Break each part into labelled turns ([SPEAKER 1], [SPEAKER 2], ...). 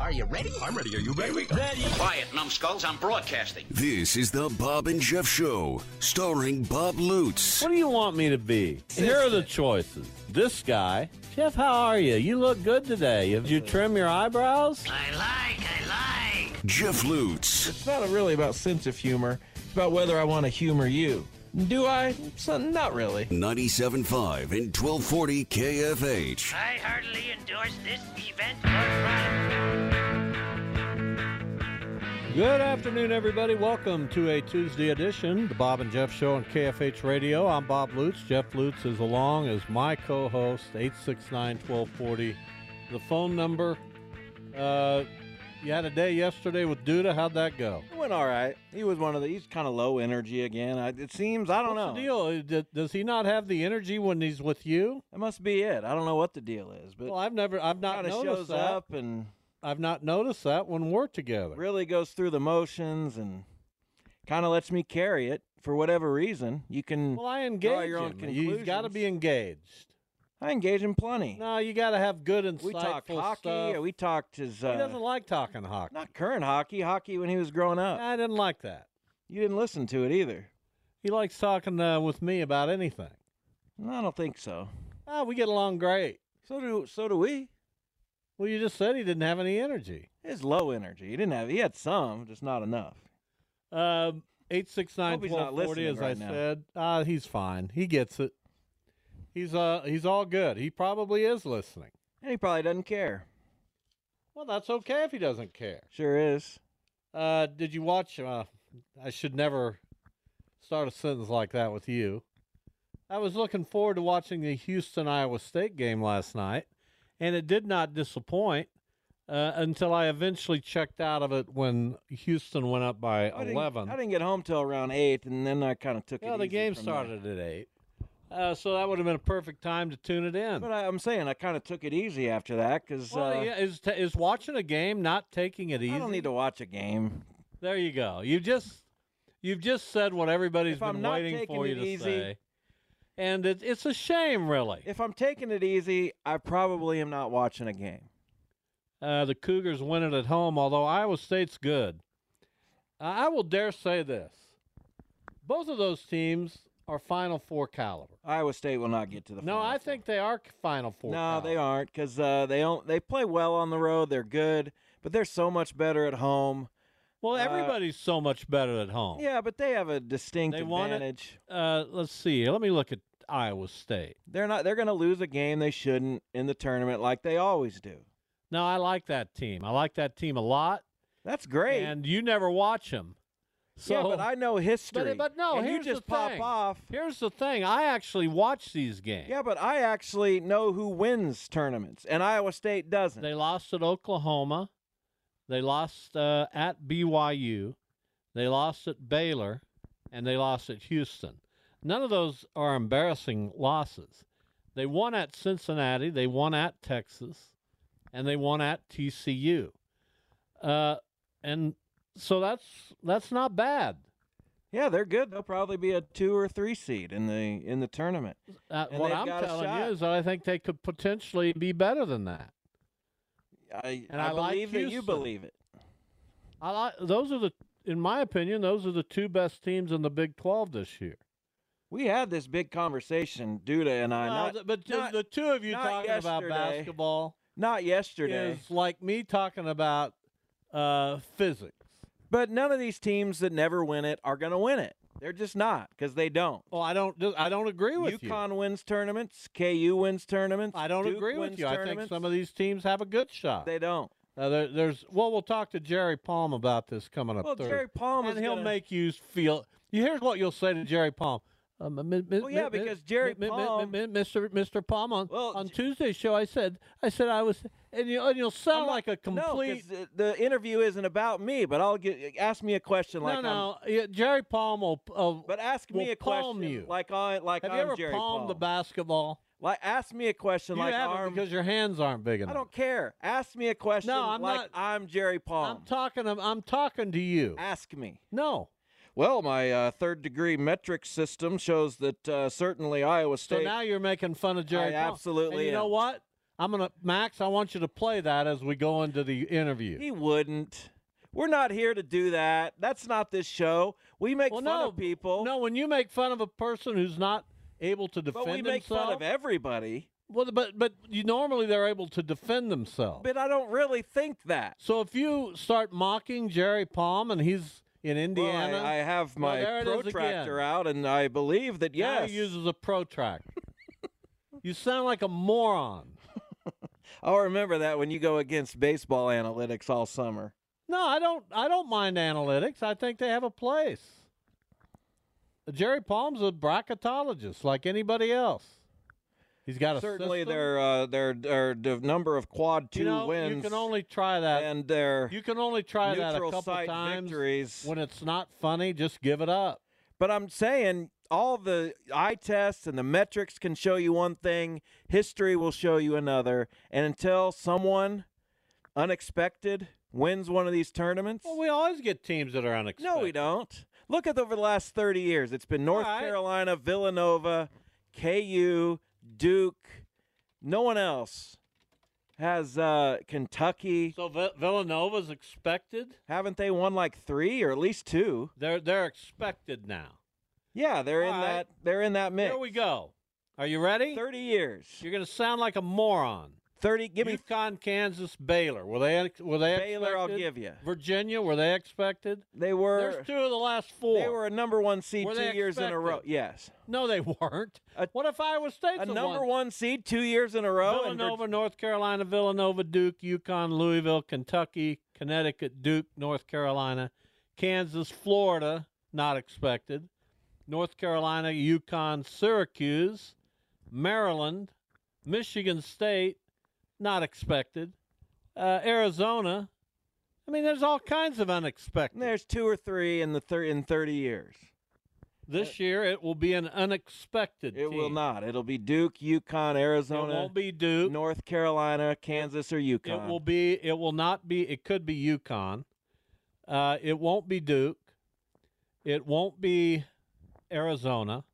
[SPEAKER 1] Are you ready? I'm ready. Are you ready? Ready. Quiet, numbskulls. I'm broadcasting.
[SPEAKER 2] This is the Bob and Jeff Show, starring Bob Lutz.
[SPEAKER 3] What do you want me to be? Here are the choices. This guy, Jeff, how are you? You look good today. Did you trim your eyebrows?
[SPEAKER 1] I like, I like.
[SPEAKER 2] Jeff Lutz,
[SPEAKER 4] It's not really about sense of humor. It's about whether I want to humor you. Do I? So, not really.
[SPEAKER 2] 97.5 and 1240 KFH.
[SPEAKER 5] I heartily endorse this event or product.
[SPEAKER 3] Good afternoon, everybody. Welcome to a Tuesday edition, the Bob and Jeff Show on KFH Radio. I'm Bob Lutz. Jeff Lutz is along as my co host, 869 1240. The phone number. Uh, you had a day yesterday with Duda. How'd that go?
[SPEAKER 4] It went all right. He was one of the. He's kind of low energy again. I, it seems. I don't
[SPEAKER 3] What's
[SPEAKER 4] know.
[SPEAKER 3] the deal? D- Does he not have the energy when he's with you?
[SPEAKER 4] That must be it. I don't know what the deal is, but
[SPEAKER 3] Well, I've never, I've not
[SPEAKER 4] kind of
[SPEAKER 3] noticed
[SPEAKER 4] shows
[SPEAKER 3] that.
[SPEAKER 4] up and
[SPEAKER 3] I've not noticed that when we're together.
[SPEAKER 4] really goes through the motions and kind of lets me carry it for whatever reason. You can.
[SPEAKER 3] Well, I engage
[SPEAKER 4] your own
[SPEAKER 3] him. You've got to be engaged.
[SPEAKER 4] I engage him plenty.
[SPEAKER 3] No, you got to have good insightful
[SPEAKER 4] we talked hockey.
[SPEAKER 3] stuff.
[SPEAKER 4] We talked his. Uh,
[SPEAKER 3] he doesn't like talking hockey.
[SPEAKER 4] not current hockey. Hockey when he was growing up.
[SPEAKER 3] I didn't like that.
[SPEAKER 4] You didn't listen to it either.
[SPEAKER 3] He likes talking uh, with me about anything.
[SPEAKER 4] No, I don't think so.
[SPEAKER 3] Ah, we get along great.
[SPEAKER 4] So do so do we.
[SPEAKER 3] Well, you just said he didn't have any energy.
[SPEAKER 4] It's low energy. He didn't have. He had some, just not enough.
[SPEAKER 3] Um, eight six nine
[SPEAKER 4] Hope he's not
[SPEAKER 3] twelve forty.
[SPEAKER 4] listening
[SPEAKER 3] As I
[SPEAKER 4] right now.
[SPEAKER 3] said, uh, he's fine. He gets it. He's uh, he's all good. He probably is listening.
[SPEAKER 4] And he probably doesn't care.
[SPEAKER 3] Well, that's okay if he doesn't care.
[SPEAKER 4] Sure is.
[SPEAKER 3] Uh, did you watch? Uh, I should never start a sentence like that with you. I was looking forward to watching the Houston Iowa State game last night, and it did not disappoint uh, until I eventually checked out of it when Houston went up by
[SPEAKER 4] I didn't-
[SPEAKER 3] eleven.
[SPEAKER 4] I didn't get home till around eight, and then I kind of took it.
[SPEAKER 3] yeah, the
[SPEAKER 4] easy
[SPEAKER 3] game
[SPEAKER 4] from there.
[SPEAKER 3] started at eight, uh, so that would have been a perfect time to tune it in.
[SPEAKER 4] But I, I'm saying I kind of took it easy after that because
[SPEAKER 3] well,
[SPEAKER 4] uh,
[SPEAKER 3] yeah, is t- is watching a game not taking it easy?
[SPEAKER 4] I don't need to watch a game.
[SPEAKER 3] There you go. You just you've just said what everybody's
[SPEAKER 4] If
[SPEAKER 3] been
[SPEAKER 4] I'm not
[SPEAKER 3] waiting
[SPEAKER 4] taking
[SPEAKER 3] for you
[SPEAKER 4] it
[SPEAKER 3] to
[SPEAKER 4] easy-
[SPEAKER 3] say. And it, it's a shame, really.
[SPEAKER 4] If I'm taking it easy, I probably am not watching a game.
[SPEAKER 3] uh, the Cougars win it at home, although Iowa State's good. Uh, I I will dare say this: both of those teams are Final Four caliber.
[SPEAKER 4] Iowa State will not get to the.
[SPEAKER 3] No,
[SPEAKER 4] Final
[SPEAKER 3] I
[SPEAKER 4] Four.
[SPEAKER 3] think they are Final Four.
[SPEAKER 4] No, they
[SPEAKER 3] caliber.
[SPEAKER 4] aren't because uh, they don't. They play well on the road. They're good, but they're so much better at home.
[SPEAKER 3] Well,
[SPEAKER 4] Uh,
[SPEAKER 3] everybody's so much better at home.
[SPEAKER 4] Yeah, but they have a distinct
[SPEAKER 3] Oh. They want it.
[SPEAKER 4] advantage.
[SPEAKER 3] Uh, let's see. Let me look at Iowa State.
[SPEAKER 4] They're not. They're going to lose a game they shouldn't in the tournament, like they always do.
[SPEAKER 3] No, I like that team. I like that team a lot.
[SPEAKER 4] That's great.
[SPEAKER 3] And you never watch them. So,
[SPEAKER 4] yeah, but I know
[SPEAKER 3] But-
[SPEAKER 4] history.
[SPEAKER 3] But, no,
[SPEAKER 4] and
[SPEAKER 3] here's
[SPEAKER 4] you just
[SPEAKER 3] the
[SPEAKER 4] pop
[SPEAKER 3] thing.
[SPEAKER 4] off.
[SPEAKER 3] Here's the thing. I actually watch these games.
[SPEAKER 4] Yeah, but I actually know who wins tournaments, and Iowa State doesn't.
[SPEAKER 3] They lost at Oklahoma. They lost uh, at BYU. They lost at Baylor, and they lost at Houston. None of those are embarrassing losses. They won at Cincinnati. They won at Texas, and they won at TCU. Uh, and so that's that's not bad.
[SPEAKER 4] yeah, they're good. They'll probably be a two or three seed in the in the tournament.
[SPEAKER 3] Uh,
[SPEAKER 4] And
[SPEAKER 3] what
[SPEAKER 4] they've
[SPEAKER 3] I'm
[SPEAKER 4] got a
[SPEAKER 3] telling
[SPEAKER 4] shot.
[SPEAKER 3] you is that I think they could potentially be better than that.
[SPEAKER 4] I
[SPEAKER 3] And I like
[SPEAKER 4] believe that you
[SPEAKER 3] Houston.
[SPEAKER 4] believe it.
[SPEAKER 3] I like those are the, in my opinion, those are the two best teams in the Big Twelve this year.
[SPEAKER 4] We had this big conversation, Duda and I,
[SPEAKER 3] No,
[SPEAKER 4] not,
[SPEAKER 3] th- but ju-
[SPEAKER 4] not-
[SPEAKER 3] the two of you
[SPEAKER 4] not
[SPEAKER 3] talking about
[SPEAKER 4] yesterday.
[SPEAKER 3] basketball
[SPEAKER 4] not yesterday.
[SPEAKER 3] is like me talking about uh, physics
[SPEAKER 4] But none of these teams that never win it are going to win it. They're just not because they don't.
[SPEAKER 3] well i don't do- i don't agree with you
[SPEAKER 4] UConn wins tournaments. KU wins tournaments.
[SPEAKER 3] i don't
[SPEAKER 4] Duke
[SPEAKER 3] agree
[SPEAKER 4] wins
[SPEAKER 3] with you i think
[SPEAKER 4] tournaments.
[SPEAKER 3] some of these teams have a good shot
[SPEAKER 4] they don't.
[SPEAKER 3] Uh, there, there's well, we'll talk to Jerry Palm about this coming up.
[SPEAKER 4] Well,
[SPEAKER 3] Thursday.
[SPEAKER 4] Jerry Palm
[SPEAKER 3] and
[SPEAKER 4] is
[SPEAKER 3] he'll
[SPEAKER 4] gonna-
[SPEAKER 3] make you feel. You here's what you'll say to Jerry Palm. Um, uh, mi- mi-
[SPEAKER 4] Well, yeah,
[SPEAKER 3] mi- mi-
[SPEAKER 4] because Jerry
[SPEAKER 3] mi- mi- mi-
[SPEAKER 4] Palm-
[SPEAKER 3] mi- Mr. Mr. Palm on
[SPEAKER 4] Well,
[SPEAKER 3] on
[SPEAKER 4] J-
[SPEAKER 3] Tuesday's show, I said, I said I was, and you and you'll sound
[SPEAKER 4] I'm not-
[SPEAKER 3] like a complete.
[SPEAKER 4] No, 'cause, uh, the interview isn't about me, but I'll get ask me a question
[SPEAKER 3] no,
[SPEAKER 4] like
[SPEAKER 3] no, yeah, Jerry Palm will. Uh,
[SPEAKER 4] I'm, but ask
[SPEAKER 3] will
[SPEAKER 4] me a
[SPEAKER 3] palm
[SPEAKER 4] question
[SPEAKER 3] you.
[SPEAKER 4] like I like
[SPEAKER 3] have
[SPEAKER 4] I'm
[SPEAKER 3] you ever
[SPEAKER 4] Jerry
[SPEAKER 3] palmed the basketball?
[SPEAKER 4] Like ask me a question
[SPEAKER 3] you
[SPEAKER 4] like
[SPEAKER 3] haven't
[SPEAKER 4] I'm
[SPEAKER 3] because your hands aren't big enough.
[SPEAKER 4] I don't care. Ask me a question
[SPEAKER 3] I'm
[SPEAKER 4] like
[SPEAKER 3] not-
[SPEAKER 4] I'm Jerry Palm.
[SPEAKER 3] I'm talking. I'm, I'm talking to you.
[SPEAKER 4] ask me.
[SPEAKER 3] No.
[SPEAKER 4] Well, my uh, third degree metric system shows that uh, certainly Iowa
[SPEAKER 3] So
[SPEAKER 4] State.
[SPEAKER 3] now you're making fun of Jerry.
[SPEAKER 4] I
[SPEAKER 3] Palm.
[SPEAKER 4] absolutely
[SPEAKER 3] And you know
[SPEAKER 4] am.
[SPEAKER 3] what? I'm gonna Max. I want you to play that as we go into the interview.
[SPEAKER 4] he wouldn't. We're not here to do that. That's not this show. We make
[SPEAKER 3] Well,
[SPEAKER 4] fun
[SPEAKER 3] no,
[SPEAKER 4] of people.
[SPEAKER 3] No, when you make fun of a person who's not able to defend
[SPEAKER 4] but we make
[SPEAKER 3] himself,
[SPEAKER 4] fun of everybody.
[SPEAKER 3] well, but but you normally they're able to defend themselves.
[SPEAKER 4] But I don't really think that.
[SPEAKER 3] so if you start mocking Jerry Palm and he's in
[SPEAKER 4] Well, I-
[SPEAKER 3] Indiana,
[SPEAKER 4] I, have
[SPEAKER 3] Well,
[SPEAKER 4] my
[SPEAKER 3] there it is
[SPEAKER 4] protractor
[SPEAKER 3] again.
[SPEAKER 4] out, and I believe that
[SPEAKER 3] now
[SPEAKER 4] yes,
[SPEAKER 3] he uses a protractor. you sound like a moron.
[SPEAKER 4] I'll remember that when you go against baseball analytics all summer.
[SPEAKER 3] No, I don't. I don't mind analytics. I think they have a place. Jerry Palm's a bracketologist, like anybody else. He's got a
[SPEAKER 4] Certainly,
[SPEAKER 3] system.
[SPEAKER 4] their uh, their their the number of quad two
[SPEAKER 3] you know,
[SPEAKER 4] wins
[SPEAKER 3] You can only try that.
[SPEAKER 4] and their
[SPEAKER 3] you can only try that a
[SPEAKER 4] neutral
[SPEAKER 3] couple
[SPEAKER 4] site
[SPEAKER 3] times.
[SPEAKER 4] victories.
[SPEAKER 3] When it's not funny, just give it up.
[SPEAKER 4] But I'm saying all the eye tests and the metrics can show you one thing, history will show you another. And until someone unexpected wins one of these tournaments,
[SPEAKER 3] Well, we always get teams that are unexpected.
[SPEAKER 4] no, we don't. Look at over the last 30 years. It's been North
[SPEAKER 3] All right.
[SPEAKER 4] Carolina, Villanova, KU, Duke. No one else has uh, Kentucky.
[SPEAKER 3] So Vi- Villanova's expected.
[SPEAKER 4] Haven't they won like three or at least two?
[SPEAKER 3] They're they're expected now.
[SPEAKER 4] Yeah, they're in
[SPEAKER 3] All right.
[SPEAKER 4] that. They're in that mix.
[SPEAKER 3] Here we go. Are you ready?
[SPEAKER 4] 30 years.
[SPEAKER 3] You're going to sound like a moron.
[SPEAKER 4] 30. Give me
[SPEAKER 3] UConn, Kansas, Baylor. Were they were they
[SPEAKER 4] Baylor, I'll
[SPEAKER 3] expected?
[SPEAKER 4] give you.
[SPEAKER 3] Virginia, were they expected?
[SPEAKER 4] They were.
[SPEAKER 3] There's two of the last four.
[SPEAKER 4] They were a number one seed
[SPEAKER 3] Were
[SPEAKER 4] two
[SPEAKER 3] they
[SPEAKER 4] years in a row.
[SPEAKER 3] expected?
[SPEAKER 4] Yes,
[SPEAKER 3] no, they weren't.
[SPEAKER 4] A-
[SPEAKER 3] what if Iowa State's
[SPEAKER 4] a number
[SPEAKER 3] one?
[SPEAKER 4] one seed two years in a row. and
[SPEAKER 3] Villanova,
[SPEAKER 4] Vir-
[SPEAKER 3] North Carolina, Villanova, Duke, Yukon, Louisville, Kentucky, Connecticut, Duke, North Carolina, Kansas, Florida, not expected. North Carolina, Yukon, Syracuse, Maryland, Michigan State, not expected. Uh, Arizona. I mean, there's all kinds of unexpected.
[SPEAKER 4] there's two or three in the thir- in thirty years.
[SPEAKER 3] This year it will be an unexpected.
[SPEAKER 4] It will
[SPEAKER 3] team.
[SPEAKER 4] not. It'll be Duke, Yukon,
[SPEAKER 3] It
[SPEAKER 4] Arizona,
[SPEAKER 3] won't be Duke.
[SPEAKER 4] North Carolina, Kansas, or Yukon.
[SPEAKER 3] It will be. It will not be. It could be UConn. Uh, it won't be Duke. It won't be Arizona.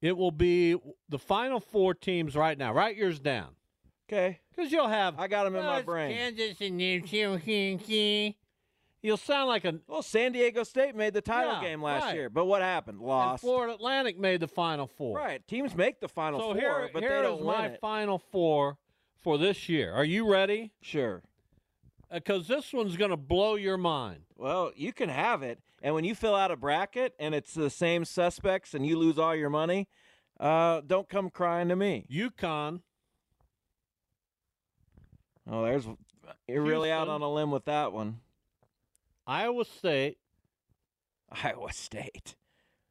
[SPEAKER 3] It will be the final four teams right now. Write yours down
[SPEAKER 4] okay.
[SPEAKER 3] because you'll have.
[SPEAKER 4] I got them in
[SPEAKER 3] Well,
[SPEAKER 4] my
[SPEAKER 3] it's
[SPEAKER 4] brain.
[SPEAKER 3] Kansas and Kentucky. You'll sound like a.
[SPEAKER 4] well, San Diego State made the title
[SPEAKER 3] Yeah,
[SPEAKER 4] game last
[SPEAKER 3] right.
[SPEAKER 4] year, but what happened?
[SPEAKER 3] And
[SPEAKER 4] Lost.
[SPEAKER 3] Florida Atlantic made the final four.
[SPEAKER 4] Right. Teams make the final
[SPEAKER 3] So
[SPEAKER 4] four,
[SPEAKER 3] here,
[SPEAKER 4] but
[SPEAKER 3] here
[SPEAKER 4] they
[SPEAKER 3] is
[SPEAKER 4] don't win
[SPEAKER 3] my
[SPEAKER 4] it.
[SPEAKER 3] final four for this year. Are you ready?
[SPEAKER 4] sure.
[SPEAKER 3] because this one's going to blow your mind.
[SPEAKER 4] Well, you can have it, and when you fill out a bracket and it's the same suspects and you lose all your money, uh, don't come crying to me.
[SPEAKER 3] Yukon,
[SPEAKER 4] Oh, there's you're really out
[SPEAKER 3] Houston.
[SPEAKER 4] on a limb with that one.
[SPEAKER 3] Iowa State,
[SPEAKER 4] Iowa State.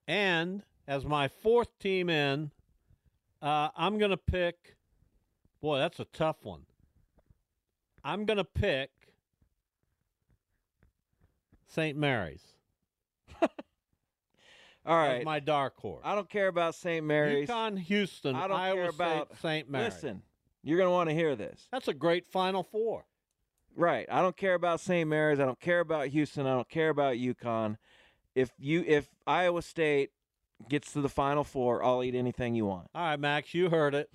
[SPEAKER 3] and as my fourth team in, uh, I'm going to pick. Boy, that's a tough one. I'm going to pick St. Mary's
[SPEAKER 4] All
[SPEAKER 3] as
[SPEAKER 4] right,
[SPEAKER 3] my dark horse.
[SPEAKER 4] I don't care about St. Mary's.
[SPEAKER 3] Yukon, Houston,
[SPEAKER 4] I don't
[SPEAKER 3] Iowa
[SPEAKER 4] care about
[SPEAKER 3] State, St. Mary's.
[SPEAKER 4] Listen, you're gonna want to hear this,
[SPEAKER 3] that's a great Final Four.
[SPEAKER 4] right? I don't care about St. Mary's. I don't care about Houston. I don't care about UConn. If you if Iowa State gets to the Final Four, I'll eat anything you want,
[SPEAKER 3] All right, Max, you heard it.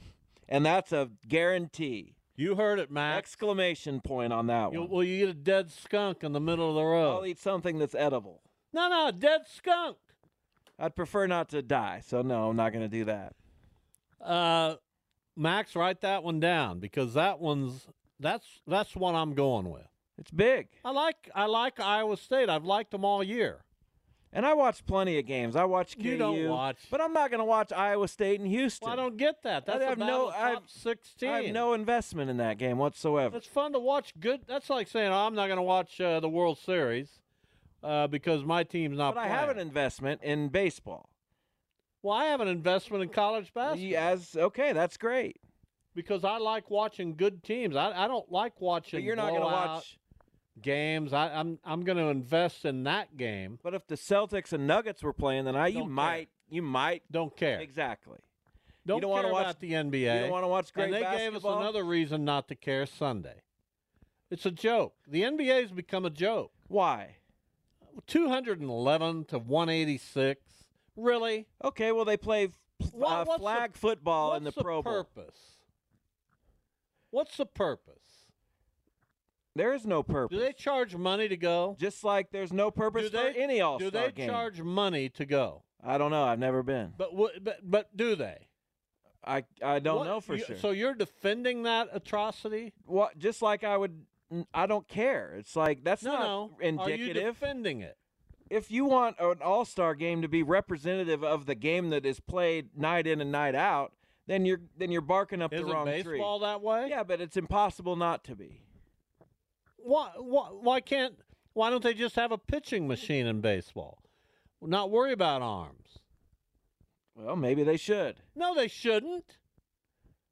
[SPEAKER 4] and that's a guarantee.
[SPEAKER 3] You heard it, Max.
[SPEAKER 4] Exclamation point on that
[SPEAKER 3] You,
[SPEAKER 4] one.
[SPEAKER 3] well, you get a dead skunk in the middle of the road.
[SPEAKER 4] I'll eat something that's edible.
[SPEAKER 3] No, no, dead skunk.
[SPEAKER 4] I'd prefer not to die, so no, I'm not going to do that.
[SPEAKER 3] Uh, Max, write that one down because that one's that's that's one I'm going with.
[SPEAKER 4] It's big.
[SPEAKER 3] I like I like Iowa State. I've liked them all year.
[SPEAKER 4] And I watch plenty of games. I watch KU.
[SPEAKER 3] You don't watch.
[SPEAKER 4] But I'm not going to watch Iowa State and Houston.
[SPEAKER 3] Well, I don't get that. That's
[SPEAKER 4] I
[SPEAKER 3] a
[SPEAKER 4] have
[SPEAKER 3] battle
[SPEAKER 4] no-
[SPEAKER 3] of top
[SPEAKER 4] I have-
[SPEAKER 3] sixteen.
[SPEAKER 4] I have no investment in that game whatsoever.
[SPEAKER 3] It's fun to watch good. That's like saying oh, I'm not going to watch uh, the World Series uh, because my team's not.
[SPEAKER 4] But I have an
[SPEAKER 3] playing."
[SPEAKER 4] investment in baseball.
[SPEAKER 3] Well, I have an investment in college basketball
[SPEAKER 4] You- As okay, that's great.
[SPEAKER 3] because I like watching good teams. I, I don't like watching.
[SPEAKER 4] But you're not going to
[SPEAKER 3] blowout
[SPEAKER 4] watch.
[SPEAKER 3] games. I, I'm I'm going to invest in that game.
[SPEAKER 4] But if the Celtics and Nuggets were playing, then I you
[SPEAKER 3] Don't care.
[SPEAKER 4] might you might
[SPEAKER 3] Don't care.
[SPEAKER 4] exactly.
[SPEAKER 3] Don't,
[SPEAKER 4] don't wanna
[SPEAKER 3] care
[SPEAKER 4] watch-
[SPEAKER 3] about the NBA.
[SPEAKER 4] You don't want to watch great
[SPEAKER 3] and they
[SPEAKER 4] basketball.
[SPEAKER 3] gave us another reason not to care Sunday. It's a joke. The NBA's become a joke.
[SPEAKER 4] Why?
[SPEAKER 3] 211 to 186. Really?
[SPEAKER 4] Okay, well they play f-
[SPEAKER 3] What-
[SPEAKER 4] uh,
[SPEAKER 3] what's the-
[SPEAKER 4] flag football in the
[SPEAKER 3] What's
[SPEAKER 4] Pro Bowl.
[SPEAKER 3] purpose? What's the purpose?
[SPEAKER 4] There is no purpose.
[SPEAKER 3] Do they charge money to go?
[SPEAKER 4] Just like there's no purpose
[SPEAKER 3] do
[SPEAKER 4] for
[SPEAKER 3] they,
[SPEAKER 4] any All
[SPEAKER 3] Do
[SPEAKER 4] Star
[SPEAKER 3] they
[SPEAKER 4] game.
[SPEAKER 3] charge money to go?
[SPEAKER 4] I don't know. I've never been.
[SPEAKER 3] But wh- but but do they?
[SPEAKER 4] I I don't
[SPEAKER 3] What-
[SPEAKER 4] know for
[SPEAKER 3] you-
[SPEAKER 4] sure.
[SPEAKER 3] So you're defending that atrocity?
[SPEAKER 4] what? Just like I would. n- I don't care. It's like that's
[SPEAKER 3] no,
[SPEAKER 4] not
[SPEAKER 3] no. Are you
[SPEAKER 4] indicative.
[SPEAKER 3] defending it?
[SPEAKER 4] if you want an All Star game to be representative of the game that is played night in and night out, then you're then you're barking up
[SPEAKER 3] Is
[SPEAKER 4] the
[SPEAKER 3] it
[SPEAKER 4] wrong
[SPEAKER 3] baseball that way?
[SPEAKER 4] tree. Yeah, but it's impossible not to be.
[SPEAKER 3] why, why, why can't why don't they just have a pitching machine in baseball? Not worry about arms.
[SPEAKER 4] Well, maybe they should.
[SPEAKER 3] No, they shouldn't.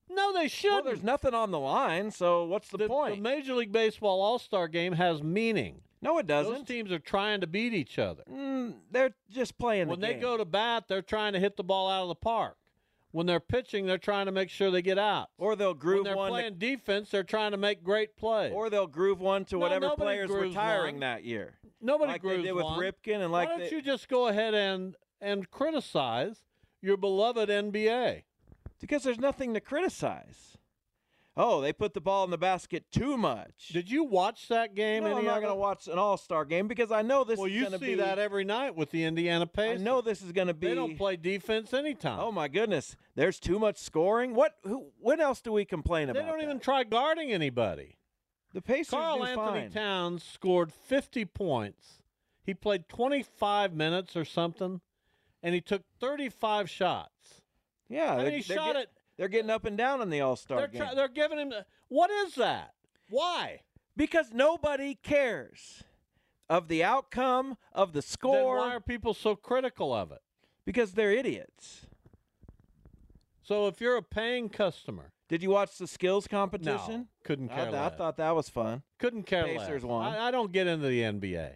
[SPEAKER 3] No, they
[SPEAKER 4] Well,
[SPEAKER 3] shouldn't.
[SPEAKER 4] there's nothing on the line, so what's the,
[SPEAKER 3] the,
[SPEAKER 4] point?
[SPEAKER 3] the Major League Baseball All Star Game has meaning.
[SPEAKER 4] no, it
[SPEAKER 3] Those
[SPEAKER 4] doesn't.
[SPEAKER 3] teams are trying to beat each other.
[SPEAKER 4] Mm, they're just playing
[SPEAKER 3] When
[SPEAKER 4] the
[SPEAKER 3] they
[SPEAKER 4] game.
[SPEAKER 3] go to bat, they're trying to hit the ball out of the park. When they're pitching, they're trying to make sure they get out.
[SPEAKER 4] or they'll
[SPEAKER 3] when
[SPEAKER 4] groove
[SPEAKER 3] they're
[SPEAKER 4] one, to,
[SPEAKER 3] playing defense, they're trying to make great plays.
[SPEAKER 4] or they'll groove one to
[SPEAKER 3] No,
[SPEAKER 4] whatever
[SPEAKER 3] nobody
[SPEAKER 4] players
[SPEAKER 3] grooves
[SPEAKER 4] retiring
[SPEAKER 3] one.
[SPEAKER 4] that year,
[SPEAKER 3] Nobody
[SPEAKER 4] like
[SPEAKER 3] grooves
[SPEAKER 4] they did with
[SPEAKER 3] one.
[SPEAKER 4] Ripken and
[SPEAKER 3] Why
[SPEAKER 4] like
[SPEAKER 3] don't
[SPEAKER 4] they-
[SPEAKER 3] you just go ahead and and criticize your beloved NBA?
[SPEAKER 4] because there's nothing to criticize. Oh, they put the ball in the basket too much.
[SPEAKER 3] Did you watch that game?
[SPEAKER 4] No,
[SPEAKER 3] any
[SPEAKER 4] I'm not
[SPEAKER 3] of
[SPEAKER 4] going to
[SPEAKER 3] it?
[SPEAKER 4] watch an All Star game because I know this
[SPEAKER 3] Well,
[SPEAKER 4] is
[SPEAKER 3] you
[SPEAKER 4] going to
[SPEAKER 3] see
[SPEAKER 4] be.
[SPEAKER 3] that every night with the Indiana
[SPEAKER 4] I
[SPEAKER 3] Pacers.
[SPEAKER 4] know this is going to be.
[SPEAKER 3] they don't play defense anytime.
[SPEAKER 4] Oh my goodness! There's too much scoring. What? Who? When else do we complain
[SPEAKER 3] they
[SPEAKER 4] about?
[SPEAKER 3] don't
[SPEAKER 4] that?
[SPEAKER 3] even try guarding anybody.
[SPEAKER 4] The Pacers
[SPEAKER 3] Carl
[SPEAKER 4] do
[SPEAKER 3] Anthony
[SPEAKER 4] fine.
[SPEAKER 3] Towns scored 50 points. He played 25 minutes or something, and he took 35 shots.
[SPEAKER 4] yeah,
[SPEAKER 3] I
[SPEAKER 4] they're,
[SPEAKER 3] mean, he
[SPEAKER 4] they're
[SPEAKER 3] shot
[SPEAKER 4] get-
[SPEAKER 3] it.
[SPEAKER 4] They're getting up and down in the All Star
[SPEAKER 3] They're,
[SPEAKER 4] game
[SPEAKER 3] try- they're giving him. What is that? Why?
[SPEAKER 4] because nobody cares of the outcome of the
[SPEAKER 3] Then
[SPEAKER 4] score
[SPEAKER 3] why are people so critical of it?
[SPEAKER 4] because they're idiots.
[SPEAKER 3] So if you're a paying customer,
[SPEAKER 4] Did you watch the skills
[SPEAKER 3] no,
[SPEAKER 4] competition?
[SPEAKER 3] couldn't
[SPEAKER 4] I,
[SPEAKER 3] care
[SPEAKER 4] I
[SPEAKER 3] less.
[SPEAKER 4] thought that was fun.
[SPEAKER 3] Couldn't care less.
[SPEAKER 4] Pacers won.
[SPEAKER 3] I, I don't get into the NBA,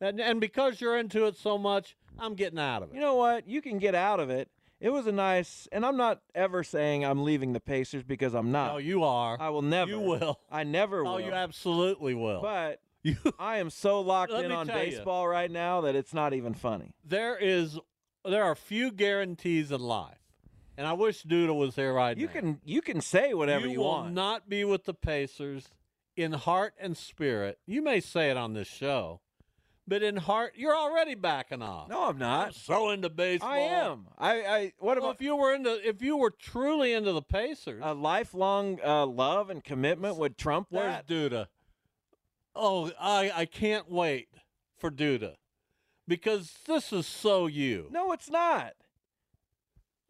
[SPEAKER 3] and and because you're into it so much, I'm getting out of it.
[SPEAKER 4] You know what? You can get out of it. It was a nice, and I'm not ever saying I'm leaving the Pacers because I'm not.
[SPEAKER 3] no, you are.
[SPEAKER 4] I will never.
[SPEAKER 3] You will.
[SPEAKER 4] I never will.
[SPEAKER 3] Oh, you absolutely will.
[SPEAKER 4] But
[SPEAKER 3] you,
[SPEAKER 4] I am so locked
[SPEAKER 3] Let
[SPEAKER 4] in
[SPEAKER 3] me
[SPEAKER 4] on
[SPEAKER 3] tell you.
[SPEAKER 4] baseball right now that it's not even funny.
[SPEAKER 3] there is, there are few guarantees in life, and I wish Doodle was here right
[SPEAKER 4] You
[SPEAKER 3] now.
[SPEAKER 4] can you can say whatever you,
[SPEAKER 3] will
[SPEAKER 4] want.
[SPEAKER 3] not be with the Pacers in heart and spirit. You may say it on this show, but in heart, you're already backing off.
[SPEAKER 4] no, I'm
[SPEAKER 3] I'm
[SPEAKER 4] not.
[SPEAKER 3] so into baseball.
[SPEAKER 4] I am. I, I what
[SPEAKER 3] Well,
[SPEAKER 4] about
[SPEAKER 3] if you were into, if you were truly into the Pacers,
[SPEAKER 4] a lifelong uh, love and commitment would trump
[SPEAKER 3] Where's
[SPEAKER 4] that?
[SPEAKER 3] Duda? Oh, I I can't wait for Duda because this is so you.
[SPEAKER 4] No, it's not.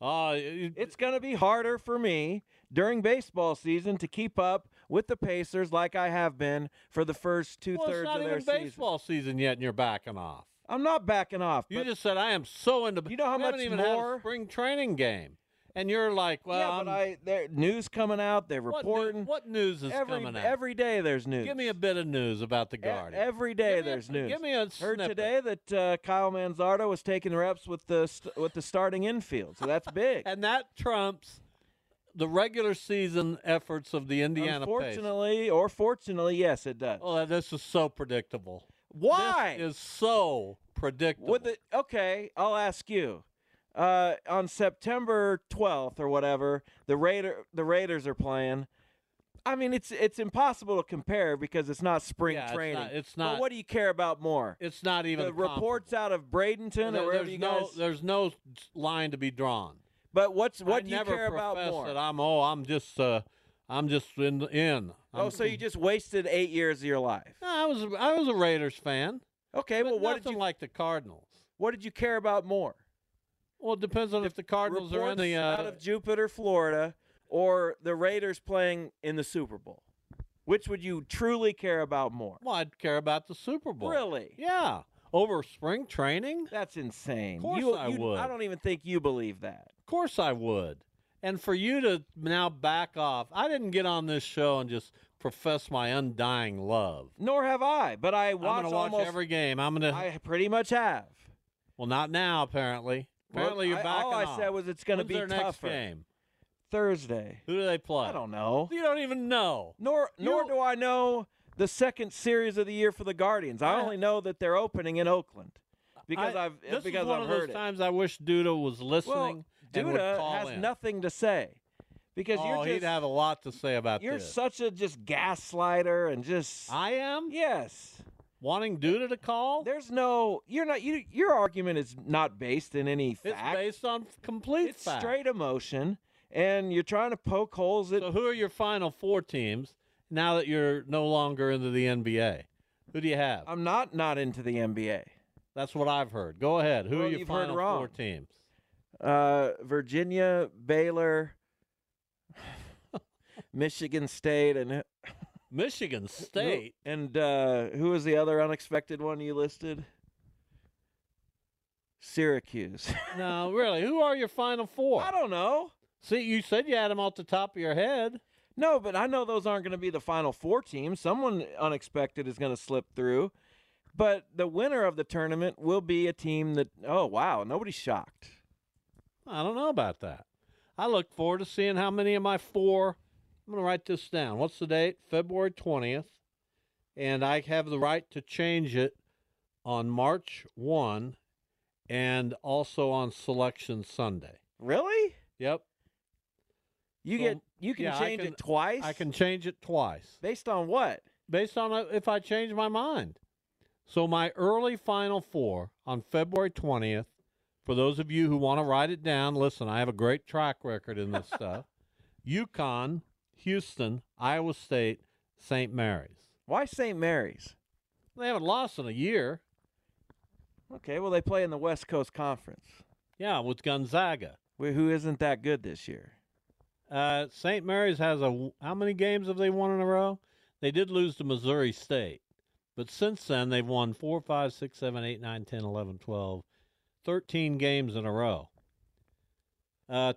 [SPEAKER 3] Ah, it-
[SPEAKER 4] It's going to be harder for me during baseball season to keep up with the Pacers like I have been for the first two
[SPEAKER 3] well, it's
[SPEAKER 4] thirds
[SPEAKER 3] not
[SPEAKER 4] of
[SPEAKER 3] even
[SPEAKER 4] their season.
[SPEAKER 3] baseball season yet, and you're backing off.
[SPEAKER 4] I'm not backing off.
[SPEAKER 3] You
[SPEAKER 4] but-
[SPEAKER 3] just said I am so into.
[SPEAKER 4] You know how
[SPEAKER 3] we haven't
[SPEAKER 4] much
[SPEAKER 3] even had
[SPEAKER 4] more-
[SPEAKER 3] a spring training game, and you're like, well,
[SPEAKER 4] yeah,
[SPEAKER 3] I'm-
[SPEAKER 4] but I there news coming out. They're
[SPEAKER 3] um, what, new-
[SPEAKER 4] reporting
[SPEAKER 3] what news is
[SPEAKER 4] every
[SPEAKER 3] coming out?
[SPEAKER 4] every day. There's news.
[SPEAKER 3] Give me a bit of news about the
[SPEAKER 4] E-
[SPEAKER 3] Guardian.
[SPEAKER 4] Every day
[SPEAKER 3] Give me a-
[SPEAKER 4] there's news.
[SPEAKER 3] give me a
[SPEAKER 4] Heard
[SPEAKER 3] snippet.
[SPEAKER 4] today that uh, Kyle Manzardo was taking reps with the st- with the starting infield, so that's big.
[SPEAKER 3] and that trumps the regular season efforts of the Indiana Pacers.
[SPEAKER 4] Unfortunately or fortunately, yes, it does.
[SPEAKER 3] Oh, this is so predictable.
[SPEAKER 4] Why?
[SPEAKER 3] This is so predictable.
[SPEAKER 4] Would the okay? I'll ask you. Uh, on September 12th or whatever, the Raider the Raiders are playing. I mean, it's it's impossible to compare because it's not spring
[SPEAKER 3] Yeah, it's
[SPEAKER 4] training.
[SPEAKER 3] not- it's
[SPEAKER 4] But
[SPEAKER 3] not-
[SPEAKER 4] what do you care about more?
[SPEAKER 3] It's not even
[SPEAKER 4] the reports out of Bradenton
[SPEAKER 3] comparable.
[SPEAKER 4] or
[SPEAKER 3] There-
[SPEAKER 4] wherever
[SPEAKER 3] there's
[SPEAKER 4] you
[SPEAKER 3] no
[SPEAKER 4] guys.
[SPEAKER 3] there's no line to be drawn.
[SPEAKER 4] but what's what
[SPEAKER 3] I
[SPEAKER 4] do you
[SPEAKER 3] never
[SPEAKER 4] care about
[SPEAKER 3] profess
[SPEAKER 4] more?
[SPEAKER 3] That I'm oh I'm just uh I'm just in in.
[SPEAKER 4] oh,
[SPEAKER 3] I'm-
[SPEAKER 4] so you just wasted eight years of your life.
[SPEAKER 3] No, I was I was a Raiders fan.
[SPEAKER 4] Okay,
[SPEAKER 3] but
[SPEAKER 4] well, what did
[SPEAKER 3] nothing
[SPEAKER 4] you
[SPEAKER 3] like the Cardinals.
[SPEAKER 4] what did you care about more?
[SPEAKER 3] Well, it depends on if the Cardinals are in
[SPEAKER 4] Reports
[SPEAKER 3] the uh,
[SPEAKER 4] out of Jupiter, Florida, or the Raiders playing in the Super Bowl. Which would you truly care about more?
[SPEAKER 3] Well, I'd care about the Super Bowl.
[SPEAKER 4] Really?
[SPEAKER 3] Yeah. Over spring training?
[SPEAKER 4] That's insane.
[SPEAKER 3] Course
[SPEAKER 4] you,
[SPEAKER 3] I
[SPEAKER 4] you-
[SPEAKER 3] would.
[SPEAKER 4] I don't even think you believe that.
[SPEAKER 3] Of course I would. And for you to now back off, I didn't get on this show and just profess my undying love.
[SPEAKER 4] Nor have I, but I
[SPEAKER 3] I'm
[SPEAKER 4] watch,
[SPEAKER 3] gonna watch
[SPEAKER 4] almost
[SPEAKER 3] every game. I'm gonna.
[SPEAKER 4] I pretty much have.
[SPEAKER 3] well, not now apparently.
[SPEAKER 4] Well,
[SPEAKER 3] Apparently
[SPEAKER 4] I-
[SPEAKER 3] you're back.
[SPEAKER 4] all I said was it's gonna
[SPEAKER 3] When's
[SPEAKER 4] be
[SPEAKER 3] their next
[SPEAKER 4] tougher.
[SPEAKER 3] game.
[SPEAKER 4] Thursday.
[SPEAKER 3] Who do they play?
[SPEAKER 4] I don't know.
[SPEAKER 3] You don't even know.
[SPEAKER 4] Nor
[SPEAKER 3] You
[SPEAKER 4] nor
[SPEAKER 3] don't-
[SPEAKER 4] do I know the second series of the year for the Guardians. I
[SPEAKER 3] I-
[SPEAKER 4] only know that they're opening in Oakland because
[SPEAKER 3] I,
[SPEAKER 4] have
[SPEAKER 3] this
[SPEAKER 4] because
[SPEAKER 3] is one
[SPEAKER 4] I've
[SPEAKER 3] of
[SPEAKER 4] heard
[SPEAKER 3] those
[SPEAKER 4] it.
[SPEAKER 3] times I wish Duda was listening. and
[SPEAKER 4] Well,
[SPEAKER 3] would
[SPEAKER 4] Duda
[SPEAKER 3] call
[SPEAKER 4] has
[SPEAKER 3] in.
[SPEAKER 4] nothing to say because
[SPEAKER 3] Oh,
[SPEAKER 4] you're
[SPEAKER 3] he'd
[SPEAKER 4] just
[SPEAKER 3] have a lot to say about
[SPEAKER 4] you're
[SPEAKER 3] this.
[SPEAKER 4] such a just gaslighter and just
[SPEAKER 3] I am
[SPEAKER 4] yes.
[SPEAKER 3] wanting Duda to call.
[SPEAKER 4] There's no you're not you your argument is not based in any
[SPEAKER 3] It's
[SPEAKER 4] fact.
[SPEAKER 3] based on f- complete
[SPEAKER 4] it's
[SPEAKER 3] fact.
[SPEAKER 4] straight emotion, and you're trying to poke holes at
[SPEAKER 3] So who are your final four teams now that you're no longer into the NBA? Who do you have?
[SPEAKER 4] I'm not not into the NBA.
[SPEAKER 3] That's what I've heard. Go ahead. Who
[SPEAKER 4] Well,
[SPEAKER 3] are your
[SPEAKER 4] you've heard
[SPEAKER 3] final
[SPEAKER 4] wrong.
[SPEAKER 3] four teams?
[SPEAKER 4] Uh, Virginia, Baylor, Michigan State, and
[SPEAKER 3] Michigan State.
[SPEAKER 4] and uh, who was the other unexpected one you listed? Syracuse.
[SPEAKER 3] no, really. Who are your final four?
[SPEAKER 4] I don't know.
[SPEAKER 3] See, you said you had them off the top of your head.
[SPEAKER 4] No, but I know those aren't going to be the final four teams. Someone unexpected is going to slip through. But the winner of the tournament will be a team that, oh, wow, nobody's shocked.
[SPEAKER 3] I don't know about that. I look forward to seeing how many of my four. I'm going to write this down. What's the date? February 20th. And I have the right to change it on March 1 and also on Selection Sunday.
[SPEAKER 4] Really?
[SPEAKER 3] Yep.
[SPEAKER 4] You
[SPEAKER 3] So,
[SPEAKER 4] get you can
[SPEAKER 3] yeah, I
[SPEAKER 4] change
[SPEAKER 3] can-
[SPEAKER 4] it twice?
[SPEAKER 3] I can change it twice
[SPEAKER 4] Based on what?
[SPEAKER 3] based on uh, if I change my mind. So my early final four on February 20th, for those of you who want to write it down, listen, I have a great track record in this stuff. Yukon, Houston, Iowa State, St. Mary's.
[SPEAKER 4] Why St. Mary's?
[SPEAKER 3] They haven't lost in a year.
[SPEAKER 4] Okay, well, they play in the West Coast Conference,
[SPEAKER 3] Yeah, with Gonzaga.
[SPEAKER 4] wh- who isn't that good this year.
[SPEAKER 3] Uh, St. Mary's has a w- how many games have they won in a row? They did lose to Missouri State, but since then they've won four, five, six, seven, eight, nine, ten, eleven, twelve, thirteen games in a row. Uh,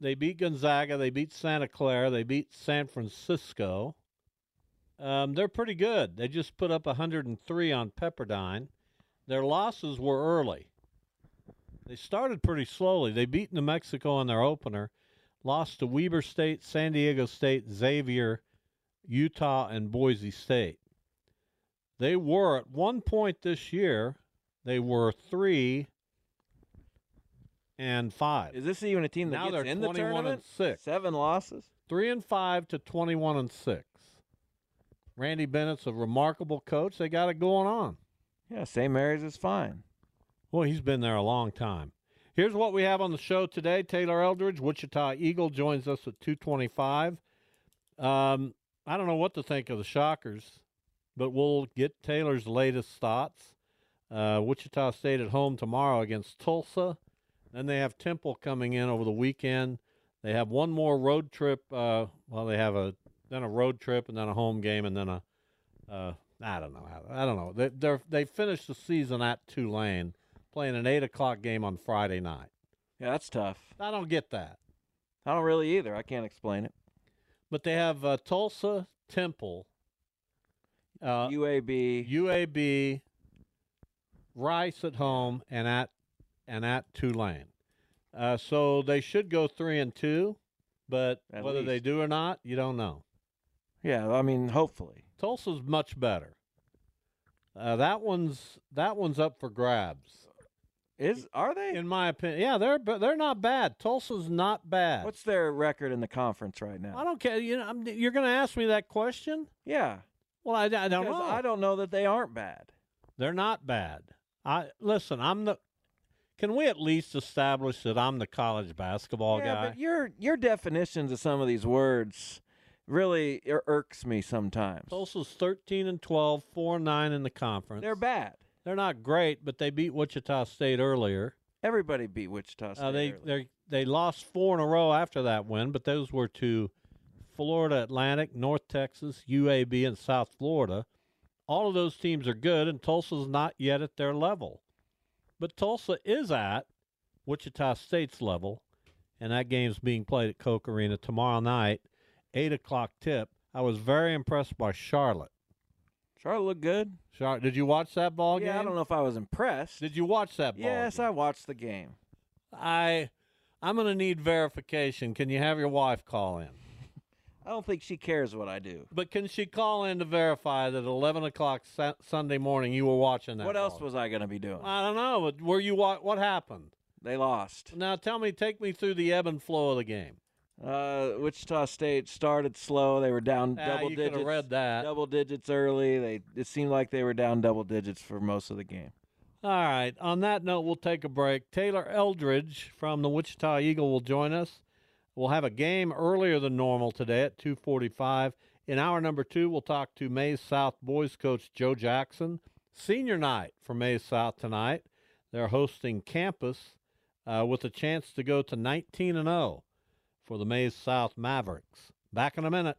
[SPEAKER 3] they beat Gonzaga, they beat Santa Clara, they beat San Francisco. Um, they're pretty good. They just put up 103 on Pepperdine. Their losses were early. They started pretty slowly. They beat New Mexico in their opener, lost to Weber State, San Diego State, Xavier, Utah, and Boise State. They were at one point this year, they were three and five.
[SPEAKER 4] Is this even a team that
[SPEAKER 3] Now
[SPEAKER 4] gets
[SPEAKER 3] they're
[SPEAKER 4] in the
[SPEAKER 3] 21 and
[SPEAKER 4] tournament?
[SPEAKER 3] six.
[SPEAKER 4] Seven losses?
[SPEAKER 3] three and five to 21 and six. Randy Bennett's a remarkable coach. They got it going on.
[SPEAKER 4] Yeah, St. Mary's is fine.
[SPEAKER 3] Well, he's been there a long time. Here's what we have on the show today. Taylor Eldridge, Wichita Eagle, joins us at 225. Um, I don't know what to think of the Shockers, but we'll get Taylor's latest thoughts. Uh, Wichita State at home tomorrow against Tulsa. Then they have Temple coming in over the weekend. They have one more road trip. Uh, well, they have a then a road trip and then a home game and then a uh, I don't know how I don't know. They they're, they finished the season at Tulane, playing an eight o'clock game on Friday night.
[SPEAKER 4] Yeah, that's tough.
[SPEAKER 3] I don't get that.
[SPEAKER 4] I don't really either. I can't explain it.
[SPEAKER 3] But they have uh, Tulsa, Temple, uh,
[SPEAKER 4] UAB.
[SPEAKER 3] UAB, Rice at home, and at and at Tulane. Uh, so they should go three and two, but
[SPEAKER 4] At
[SPEAKER 3] whether they
[SPEAKER 4] least.
[SPEAKER 3] do or not, you don't know.
[SPEAKER 4] yeah, I mean, hopefully.
[SPEAKER 3] Tulsa's much better. Uh, that one's that one's up for grabs.
[SPEAKER 4] Is are they?
[SPEAKER 3] in my opinion. Yeah, they're but they're not bad. Tulsa's not bad.
[SPEAKER 4] What's their record in the conference right
[SPEAKER 3] I
[SPEAKER 4] now?
[SPEAKER 3] don't care. You know, I'm, you're going to ask me that question.
[SPEAKER 4] Yeah,
[SPEAKER 3] Well, I, I don't
[SPEAKER 4] because
[SPEAKER 3] know.
[SPEAKER 4] I don't know that they aren't bad.
[SPEAKER 3] They're not bad. I listen. I'm the. Can we at least establish that I'm the college basketball
[SPEAKER 4] yeah,
[SPEAKER 3] guy?
[SPEAKER 4] but your your definitions of some of these words really ir- irks me sometimes.
[SPEAKER 3] Tulsa's 13 and 12, 4 and 9 in the conference.
[SPEAKER 4] They're bad.
[SPEAKER 3] They're not great, but they beat Wichita State earlier.
[SPEAKER 4] Everybody beat Wichita State.
[SPEAKER 3] Uh, they
[SPEAKER 4] early.
[SPEAKER 3] they they lost four in a row after that win, but those were to Florida Atlantic, North Texas, UAB, and South Florida. All of those teams are good, and Tulsa's not yet at their level. But Tulsa is at Wichita State's level, and that game's being played at Coke Arena tomorrow night, eight o'clock tip. I was very impressed by Charlotte.
[SPEAKER 4] Charlotte looked good.
[SPEAKER 3] Char- did you watch that ball game?
[SPEAKER 4] yeah, I don't know if I was impressed.
[SPEAKER 3] Did you watch that ball?
[SPEAKER 4] yes,
[SPEAKER 3] game?
[SPEAKER 4] I watched the game.
[SPEAKER 3] I I'm gonna need verification. Can you have your wife call in?
[SPEAKER 4] I don't think she cares what I do.
[SPEAKER 3] But can she call in to verify that at eleven o'clock Sa- Sunday morning you were watching that?
[SPEAKER 4] What else
[SPEAKER 3] ball?
[SPEAKER 4] was I going to be doing?
[SPEAKER 3] I don't know. but Were you wa- what happened?
[SPEAKER 4] They lost.
[SPEAKER 3] Now tell me, take me through the ebb and flow of the game.
[SPEAKER 4] Uh, Wichita State started slow. They were down
[SPEAKER 3] Ah,
[SPEAKER 4] double
[SPEAKER 3] you coulda
[SPEAKER 4] digits.
[SPEAKER 3] read that.
[SPEAKER 4] Double digits early. They it seemed like they were down double digits for most of the game.
[SPEAKER 3] All right. On that note, we'll take a break. Taylor Eldridge from the Wichita Eagle will join us. We'll have a game earlier than normal today at 2:45. In hour number 2, we'll talk to Mays South boys coach Joe Jackson. Senior night for Mays South tonight. They're hosting campus uh, with a chance to go to 19 and 0 for the Mays South Mavericks. Back in a minute.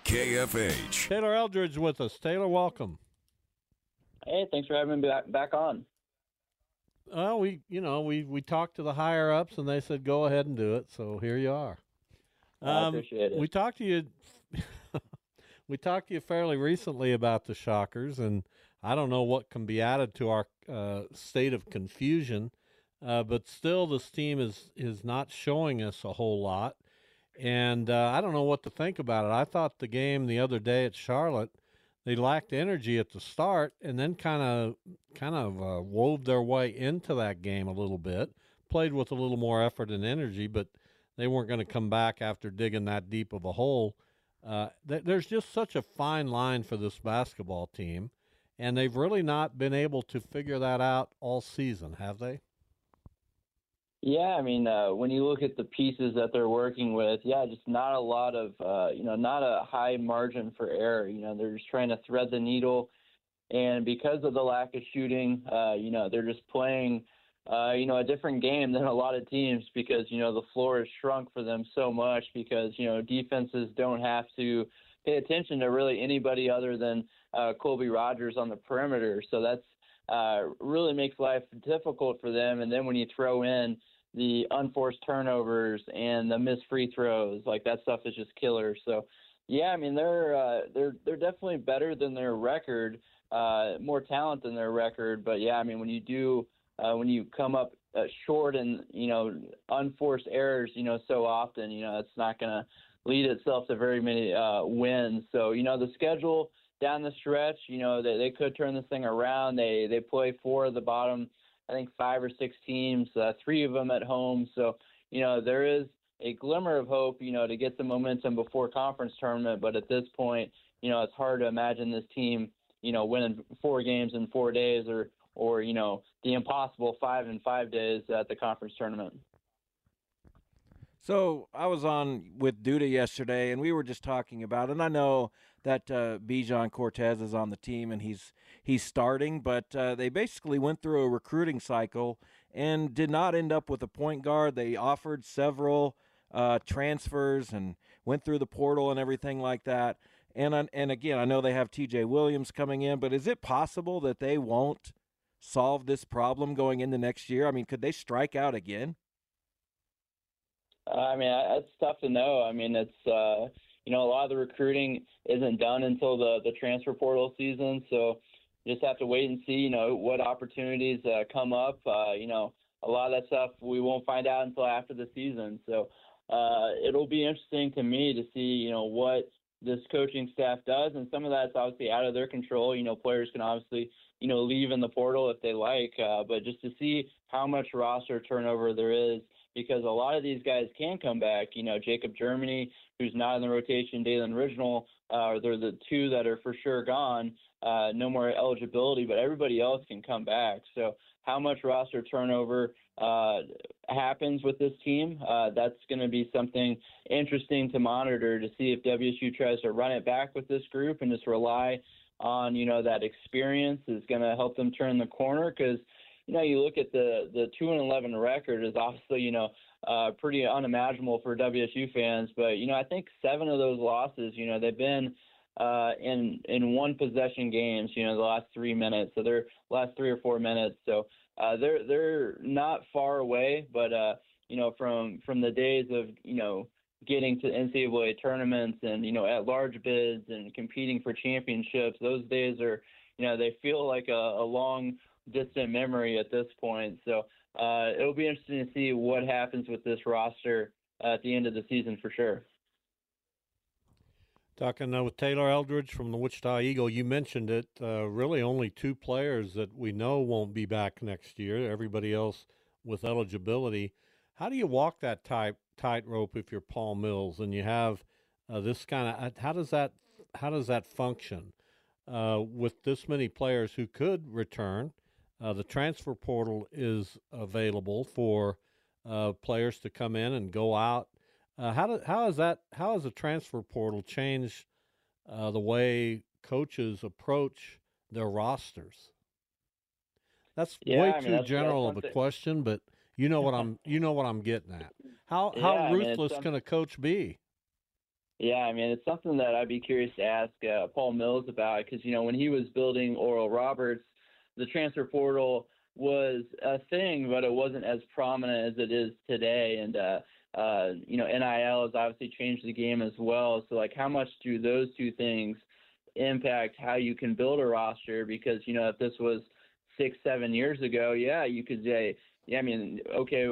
[SPEAKER 6] KFH.
[SPEAKER 3] Taylor Eldridge with us. Taylor, welcome.
[SPEAKER 7] Hey, thanks for having me back, back on.
[SPEAKER 3] Well, we you know we we talked to the higher ups and they said go ahead and do it. So here you are.
[SPEAKER 7] I appreciate it.
[SPEAKER 3] Um, We talked to you. we talked to you fairly recently about the Shockers, and I don't know what can be added to our uh, state of confusion, uh, but still this team is is not showing us a whole lot, and uh, I don't know what to think about it. I thought the game the other day at Charlotte. They lacked energy at the start, and then kind of kind of uh, wove their way into that game a little bit, played with a little more effort and energy, but they weren't going to come back after digging that deep of a hole. Uh, th- there's just such a fine line for this basketball team, and they've really not been able to figure that out all season, have they?
[SPEAKER 7] Yeah, I mean, uh, when you look at the pieces that they're working with, yeah, just not a lot of, uh, you know, not a high margin for error. You know, they're just trying to thread the needle. And because of the lack of shooting, uh, you know, they're just playing, uh, you know, a different game than a lot of teams because, you know, the floor has shrunk for them so much because, you know, defenses don't have to pay attention to really anybody other than uh, Colby Rogers on the perimeter. So that's uh, really makes life difficult for them. And then when you throw in the unforced turnovers and the missed free throws, like that stuff is just killer. So yeah, I mean they're uh, they're they're definitely better than their record, uh, more talent than their record. But yeah, I mean when you do uh, when you come up uh, short and you know unforced errors, you know so often, you know it's not gonna lead itself to very many uh, wins. So you know the schedule down the stretch, you know they, they could turn this thing around. They they play four of the bottom, I think five or six teams, uh, three of them at home. So you know there is a glimmer of hope, you know, to get some momentum before conference tournament. But at this point, you know, it's hard to imagine this team, you know, winning four games in four days or or you know the impossible five in five days at the conference tournament.
[SPEAKER 4] So I was on with Duda yesterday, and we were just talking about, and I know that uh, Bijan Cortez is on the team and he's he's starting, but uh, they basically went through a recruiting cycle and did not end up with a point guard. They offered several uh, transfers and went through the portal and everything like that. And I- and again, I know they have T.J. Williams coming in, but is it possible that they won't solve this problem going into next year? I mean, could they strike out again?
[SPEAKER 7] Uh, I mean, I- it's tough to know. I mean, it's uh, you know a lot of the recruiting isn't done until the the transfer portal season, so just have to wait and see. You know what opportunities uh, come up. Uh, you know a lot of that stuff we won't find out until after the season. So uh, it'll be interesting to me to see you know what this coaching staff does, and some of that's obviously out of their control. You know players can obviously you know leave in the portal if they like, uh, but just to see how much roster turnover there is because a lot of these guys can come back. You know, Jacob Germany, who's not in the rotation, Dalen Original, uh, they're the two that are for sure gone. Uh, no more eligibility, but everybody else can come back. So, how much roster turnover uh, happens with this team? Uh, that's going to be something interesting to monitor to see if WSU tries to run it back with this group and just rely on you know that experience is going to help them turn the corner because you know, you look at the the two and eleven record is obviously you know uh, pretty unimaginable for WSU fans, but you know I think seven of those losses, you know, they've been uh, in in one possession games, you know, the last three minutes, so they're last three or four minutes, so uh, they're they're not far away, but uh, you know from from the days of you know getting to NCAA tournaments and you know at large bids and competing for championships, those days are you know they feel like a, a long distant memory at this point. So uh, it'll be interesting to see what happens with this roster uh, at the end of the season for sure.
[SPEAKER 3] Talking now with Taylor Eldridge from the Wichita Eagle. You mentioned it. Uh, really, only two players that we know won't be back next year. Everybody else with eligibility. How do you walk that tight tightrope if you're Paul Mills and you have uh, this kind of? How does that? How does that function uh, with this many players who could return? Uh, the transfer portal is available for uh, players to come in and go out. Uh, how do, how is that? How has the transfer portal changed uh, the way coaches approach their rosters? That's
[SPEAKER 7] Yeah,
[SPEAKER 3] way
[SPEAKER 7] I mean,
[SPEAKER 3] too
[SPEAKER 7] that's- that's
[SPEAKER 3] general of a
[SPEAKER 7] something-
[SPEAKER 3] question, but you know what I'm you know what I'm getting at. How how
[SPEAKER 7] Yeah, I mean, it's
[SPEAKER 3] ruthless
[SPEAKER 7] some-
[SPEAKER 3] can a coach be?
[SPEAKER 7] Yeah, I mean, it's something that I'd be curious to ask uh, Paul Mills about because, you know, when he was building Oral Roberts, the transfer portal was a thing, but it wasn't as prominent as it is today. And, uh, uh, you know, NIL has obviously changed the game as well. So, like, how much do those two things impact how you can build a roster? Because, you know, if this was six, seven years ago, yeah, you could say, yeah, I mean, okay,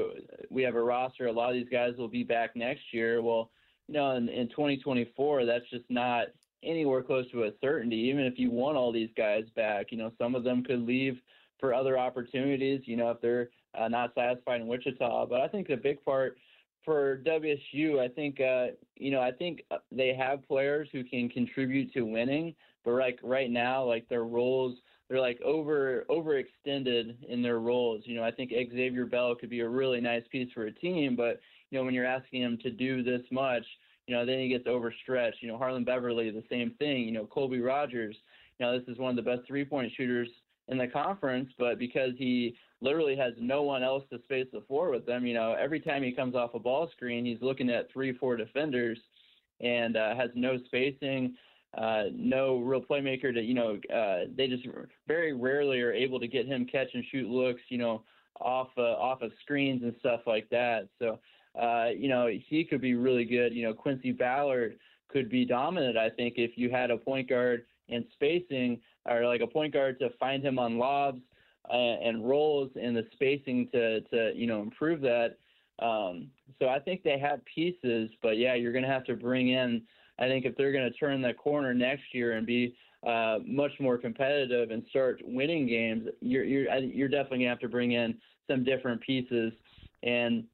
[SPEAKER 7] we have a roster. A lot of these guys will be back next year. Well, you know, in, in 2024, that's just not anywhere close to a certainty. Even if you want all these guys back, you know, some of them could leave for other opportunities, you know, if they're uh, not satisfied in Wichita. But I think the big part for WSU, I think, uh, you know, I think they have players who can contribute to winning, but like right now, like their roles, they're like over overextended in their roles. You know, I think Xavier Bell could be a really nice piece for a team, but you know, when you're asking him to do this much, you know, then he gets overstretched. You know, Harlan Beverly, the same thing. You know, Colby Rogers, you know, this is one of the best three point shooters in the conference, but because he literally has no one else to space the floor with them, you know, every time he comes off a ball screen, he's looking at three, four defenders. and uh, has no spacing, uh, no real playmaker to, you know, uh, they just very rarely are able to get him catch and shoot looks, you know, off uh, off of screens and stuff like that. So, uh, you know, he could be really good. You know, Quincy Ballard could be dominant, I think, if you had a point guard and spacing or like a point guard to find him on lobs uh, and rolls and the spacing to, to, you know, improve that. Um, so I think they have pieces, but yeah, you're going to have to bring in. I think if they're going to turn the corner next year and be uh, much more competitive and start winning games, you're you're I think you're definitely going to have to bring in some different pieces. And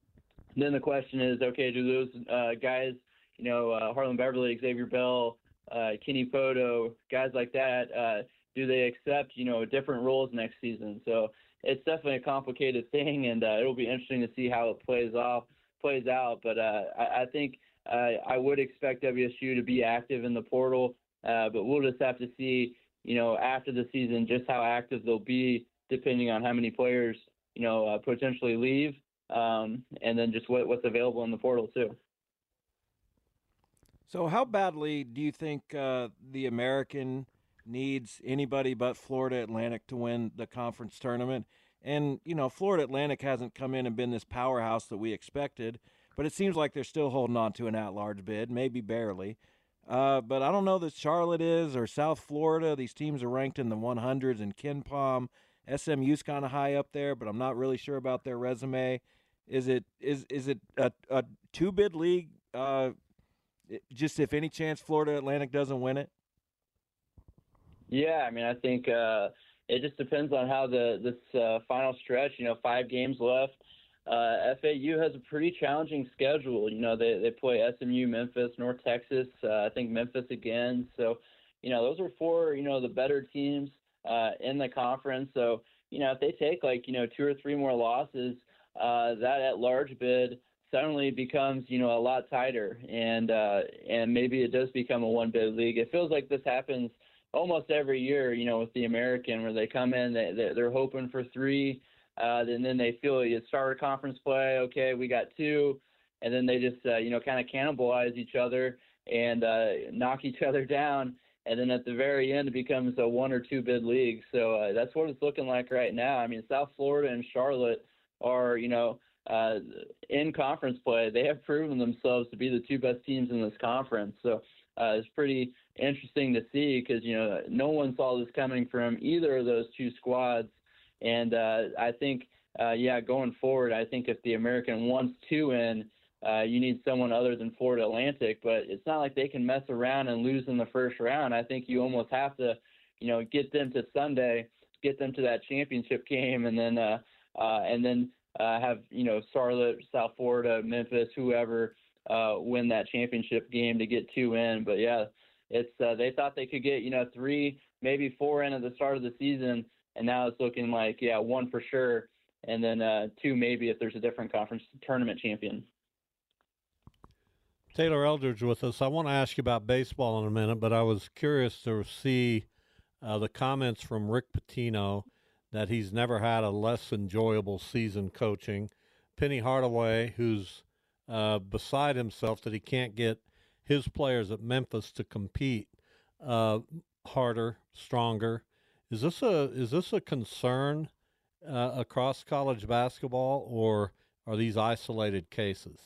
[SPEAKER 7] then the question is, okay, do those uh, guys, you know, uh, Harlan Beverly, Xavier Bell, uh, Kenny Poto, guys like that, uh, do they accept you know different roles next season? So it's definitely a complicated thing, and uh, it'll be interesting to see how it plays off plays out. But uh, I, I think uh, I would expect WSU to be active in the portal, uh, but we'll just have to see you know after the season just how active they'll be, depending on how many players you know uh, potentially leave, um, and then just what, what's available in the portal too.
[SPEAKER 4] So, how badly do you think uh, the American needs anybody but Florida Atlantic to win the conference tournament? And, you know, Florida Atlantic hasn't come in and been this powerhouse that we expected, but it seems like they're still holding on to an at large bid, maybe barely. Uh, but I don't know that Charlotte is or South Florida. These teams are ranked in the 100s and Ken Palm. SMU's kind of high up there, but I'm not really sure about their resume. Is it is is it a, a two bid league? Uh, it- just if any chance Florida Atlantic doesn't win it?
[SPEAKER 7] Yeah, I mean, I think uh, it just depends on how the this uh, final stretch. You know, five games left. Uh, FAU has a pretty challenging schedule. You know, they they play SMU, Memphis, North Texas. Uh, I think Memphis again. So, you know, those are four. You know, the better teams uh, in the conference. So, you know, if they take like you know two or three more losses, uh, that at large bid suddenly becomes you know a lot tighter, and uh, and maybe it does become a one bid league. It feels like this happens almost every year, you know, with the American, where they come in, they, they- they're hoping for three, uh, and then they feel you start a conference play, okay, we got two, and then they just, uh, you know, kind of cannibalize each other and uh, knock each other down. And then at the very end, it becomes a one or two bid league. So uh, that's what it's looking like right now. I mean, South Florida and Charlotte are, you know, uh, in conference play. They have proven themselves to be the two best teams in this conference. So uh, it's pretty interesting to see because you know no one saw this coming from either of those two squads, and uh, I think uh, yeah going forward, I think if the American wants to win, uh, you need someone other than Florida Atlantic. But it's not like they can mess around and lose in the first round. I think you almost have to, you know, get them to Sunday, get them to that championship game, and then uh, uh, and then uh, have you know Charlotte, South Florida, Memphis, whoever uh, win that championship game to get two in. But yeah, it's uh, they thought they could get you know three, maybe four in at the start of the season, and now it's looking like yeah one for sure, and then uh, two maybe if there's a different conference tournament champion.
[SPEAKER 3] Taylor Eldridge with us. I want to ask you about baseball in a minute, but I was curious to see uh, the comments from Rick Pitino that he's never had a less enjoyable season coaching. Penny Hardaway, who's uh, beside himself that he can't get his players at Memphis to compete uh, harder, stronger. Is this a is this a concern uh, across college basketball, or are these isolated cases?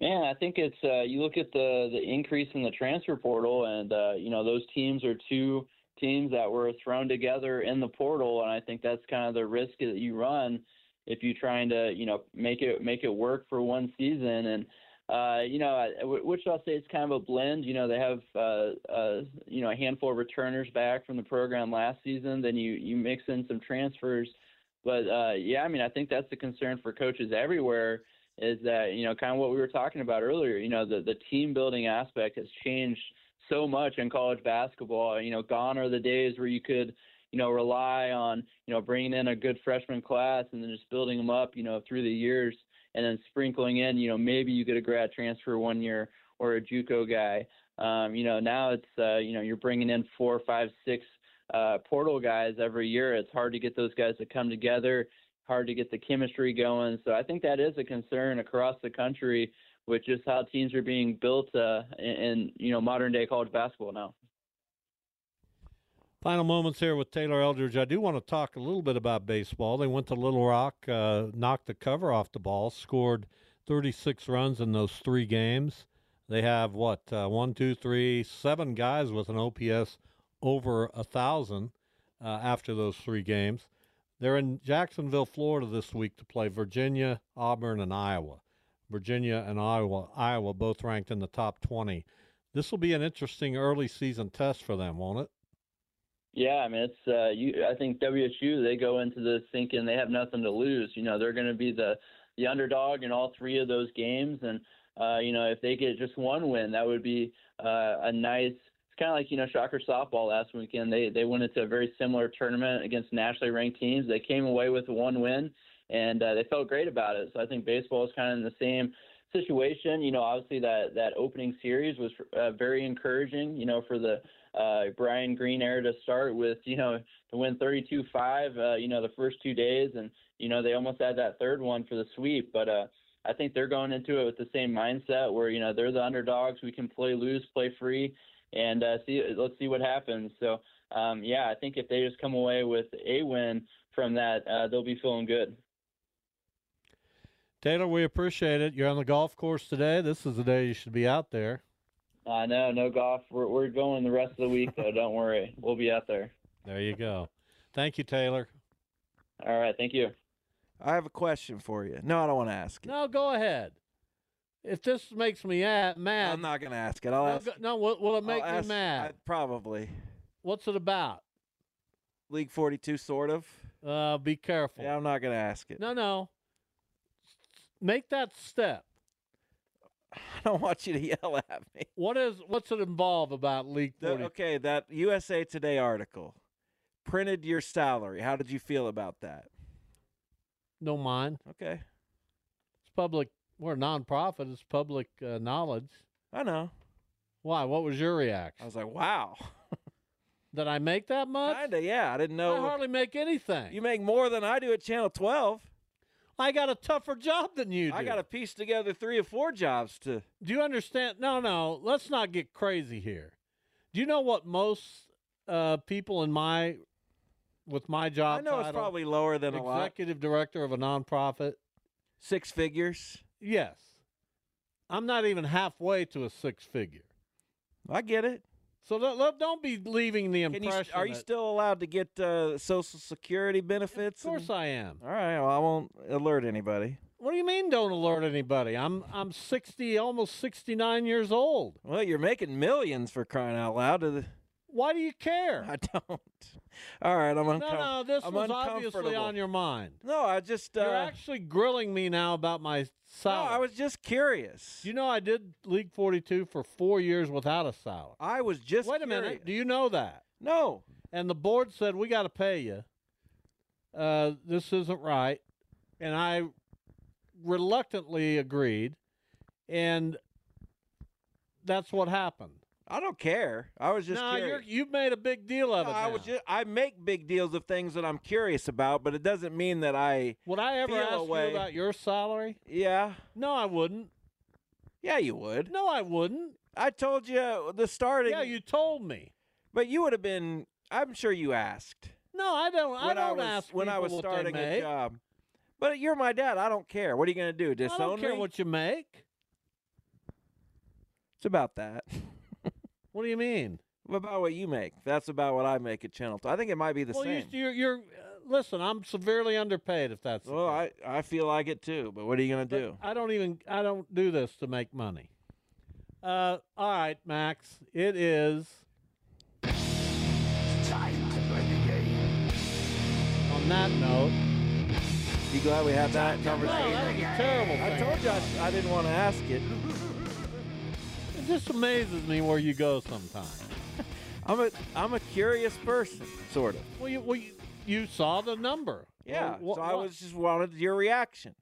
[SPEAKER 7] Man, I think it's uh, you look at the the increase in the transfer portal, and uh, you know those teams are two teams that were thrown together in the portal, and I think that's kind of the risk that you run if you're trying to you know make it make it work for one season. And uh, you know, I- w- Wichita State's kind of a blend. You know, they have uh, uh, you know a handful of returners back from the program last season. Then you you mix in some transfers, but uh, yeah, I mean, I think that's a concern for coaches everywhere is that you know kind of what we were talking about earlier you know the the team building aspect has changed so much in college basketball you know gone are the days where you could you know rely on you know bringing in a good freshman class and then just building them up you know through the years and then sprinkling in you know maybe you get a grad transfer one year or a juco guy um, you know now it's uh, you know you're bringing in four five six uh, portal guys every year it's hard to get those guys to come together hard to get the chemistry going. So I think that is a concern across the country with just how teams are being built uh, in, in you know modern day college basketball now.
[SPEAKER 3] Final moments here with Taylor Eldridge. I do want to talk a little bit about baseball. They went to Little Rock, uh, knocked the cover off the ball, scored 36 runs in those three games. They have what uh, one, two, three, seven guys with an OPS over a thousand uh, after those three games. They're in Jacksonville, Florida this week to play Virginia, Auburn, and Iowa. Virginia and Iowa, Iowa both ranked in the top 20. This will be an interesting early season test for them, won't it?
[SPEAKER 7] Yeah, I mean it's uh, you. I think WSU they go into this thinking they have nothing to lose. You know they're going to be the the underdog in all three of those games, and uh, you know if they get just one win, that would be uh, a nice. It's kind of like you know Shocker softball last weekend. They they went into a very similar tournament against nationally ranked teams. They came away with one win, and uh, they felt great about it. So I think baseball is kind of in the same situation. You know, obviously that that opening series was uh, very encouraging. You know for the uh, Brian Green era to start with, you know, to win 32-5, uh, you know, the first two days, and you know they almost had that third one for the sweep. But uh, I think they're going into it with the same mindset where you know they're the underdogs. We can play loose, play free, and uh, see let's see what happens. So um, yeah, I think if they just come away with a win from that, uh, they'll be feeling good.
[SPEAKER 3] Taylor, we appreciate it. You're on the golf course today. This is the day you should be out there.
[SPEAKER 7] I know, Uh, no golf. We're, we're going the rest of the week, though. Don't worry. We'll be out there.
[SPEAKER 3] There you go. Thank you, Taylor.
[SPEAKER 7] All right. Thank you.
[SPEAKER 4] I have a question for you. No, I don't want to ask it.
[SPEAKER 3] No, go ahead. If this makes me a- mad,
[SPEAKER 4] I'm not going to ask it. I'll
[SPEAKER 3] no,
[SPEAKER 4] ask.
[SPEAKER 3] go- no, will, will it make
[SPEAKER 4] I'll
[SPEAKER 3] me
[SPEAKER 4] ask-
[SPEAKER 3] mad?
[SPEAKER 4] I- probably.
[SPEAKER 3] What's it about?
[SPEAKER 4] League 42, sort of.
[SPEAKER 3] Uh, be careful.
[SPEAKER 4] Yeah, I'm not going to ask it.
[SPEAKER 3] No, no. Make that step.
[SPEAKER 4] I don't want you to yell at me.
[SPEAKER 3] What is? What's it involve about League
[SPEAKER 4] The-
[SPEAKER 3] Forty?
[SPEAKER 4] okay, that USA Today article printed your salary. How did you feel about that?
[SPEAKER 3] Don't mind.
[SPEAKER 4] Okay,
[SPEAKER 3] It's public. We're a nonprofit. It's public uh, knowledge.
[SPEAKER 4] I know.
[SPEAKER 3] Why? What was your reaction?
[SPEAKER 4] I was like, wow.
[SPEAKER 3] Did I make that much?
[SPEAKER 4] Kinda, yeah. I didn't
[SPEAKER 3] I
[SPEAKER 4] know.
[SPEAKER 3] hardly make anything.
[SPEAKER 4] You make more than I do at Channel 12.
[SPEAKER 3] I got a tougher job than you do.
[SPEAKER 4] I got to piece together three or four jobs to.
[SPEAKER 3] Do you understand? No, no. Let's not get crazy here. Do you know what most uh, people in my with my job?
[SPEAKER 4] I know it's
[SPEAKER 3] title,
[SPEAKER 4] probably lower than a lot.
[SPEAKER 3] executive director of a nonprofit.
[SPEAKER 4] Six figures.
[SPEAKER 3] Yes, I'm not even halfway to a six figure.
[SPEAKER 4] I get it.
[SPEAKER 3] So don't, let- don't be leaving the
[SPEAKER 4] Can you,
[SPEAKER 3] impression.
[SPEAKER 4] are you
[SPEAKER 3] that-
[SPEAKER 4] still allowed to get uh, Social Security
[SPEAKER 3] Of
[SPEAKER 4] benefits?
[SPEAKER 3] course
[SPEAKER 4] and-
[SPEAKER 3] I am.
[SPEAKER 4] All right. Well, I won't alert anybody.
[SPEAKER 3] What do you mean? Don't alert anybody. I'm I'm 60, almost 69 years old.
[SPEAKER 4] Well, you're making millions for crying out loud. To the,
[SPEAKER 3] Why do you care?
[SPEAKER 4] I don't. All right. I'm
[SPEAKER 3] no,
[SPEAKER 4] uncomfortable.
[SPEAKER 3] no. This
[SPEAKER 4] I'm
[SPEAKER 3] was obviously
[SPEAKER 4] uncomfortable.
[SPEAKER 3] on your mind.
[SPEAKER 4] No, I just. Uh,
[SPEAKER 3] You're actually grilling me now about my
[SPEAKER 4] no,
[SPEAKER 3] salary.
[SPEAKER 4] I was just curious.
[SPEAKER 3] Do you know I did League 42 for four years without a salary?
[SPEAKER 4] I was just.
[SPEAKER 3] Wait a
[SPEAKER 4] curious.
[SPEAKER 3] minute. Do you know that?
[SPEAKER 4] No.
[SPEAKER 3] And the board said, we got to pay you. Uh, this isn't right. And I reluctantly agreed. And that's what happened.
[SPEAKER 4] I don't care. I was just.
[SPEAKER 3] now,
[SPEAKER 4] curious.
[SPEAKER 3] you're, you've made a big deal of
[SPEAKER 4] No,
[SPEAKER 3] it.
[SPEAKER 4] I
[SPEAKER 3] now.
[SPEAKER 4] was just, I make big deals of things that I'm curious about, but it doesn't mean that I
[SPEAKER 3] Would I ever
[SPEAKER 4] feel
[SPEAKER 3] ask
[SPEAKER 4] a way-
[SPEAKER 3] you about your salary?
[SPEAKER 4] yeah.
[SPEAKER 3] No, I wouldn't.
[SPEAKER 4] Yeah, you would.
[SPEAKER 3] No, I wouldn't.
[SPEAKER 4] I told you the starting
[SPEAKER 3] Yeah, you told me.
[SPEAKER 4] but you would have been I'm sure you asked.
[SPEAKER 3] No, I don't. I
[SPEAKER 4] when
[SPEAKER 3] don't
[SPEAKER 4] was
[SPEAKER 3] ask
[SPEAKER 4] when I
[SPEAKER 3] people
[SPEAKER 4] was
[SPEAKER 3] what they
[SPEAKER 4] starting a
[SPEAKER 3] make.
[SPEAKER 4] job. But you're my dad. I don't care. What are you going to do?
[SPEAKER 3] I
[SPEAKER 4] Disown
[SPEAKER 3] don't care
[SPEAKER 4] me?
[SPEAKER 3] what you make.
[SPEAKER 4] it's about that.
[SPEAKER 3] What do you mean?
[SPEAKER 4] about what you make. That's about what I make at Channel 2. I think it might be the
[SPEAKER 3] well,
[SPEAKER 4] same.
[SPEAKER 3] You, you're, you're. uh, Listen, I'm severely underpaid. If that's the
[SPEAKER 4] well,
[SPEAKER 3] case.
[SPEAKER 4] I I feel like it too, but what are you going to
[SPEAKER 3] But
[SPEAKER 4] do?
[SPEAKER 3] I don't even. I don't do this to make money. Uh, all right, Max. It is on that note.
[SPEAKER 4] You glad we had that
[SPEAKER 3] No,
[SPEAKER 4] conversation?
[SPEAKER 3] that was a terrible
[SPEAKER 4] I
[SPEAKER 3] thing.
[SPEAKER 4] told you I, I didn't want to ask it.
[SPEAKER 3] It just amazes me where you go sometimes.
[SPEAKER 4] I'm a I'm a curious person, sort of.
[SPEAKER 3] Well, you, well, you, you saw the number.
[SPEAKER 4] Yeah.
[SPEAKER 3] Well, wh-
[SPEAKER 4] so I
[SPEAKER 3] wh-
[SPEAKER 4] was just wanted your reaction.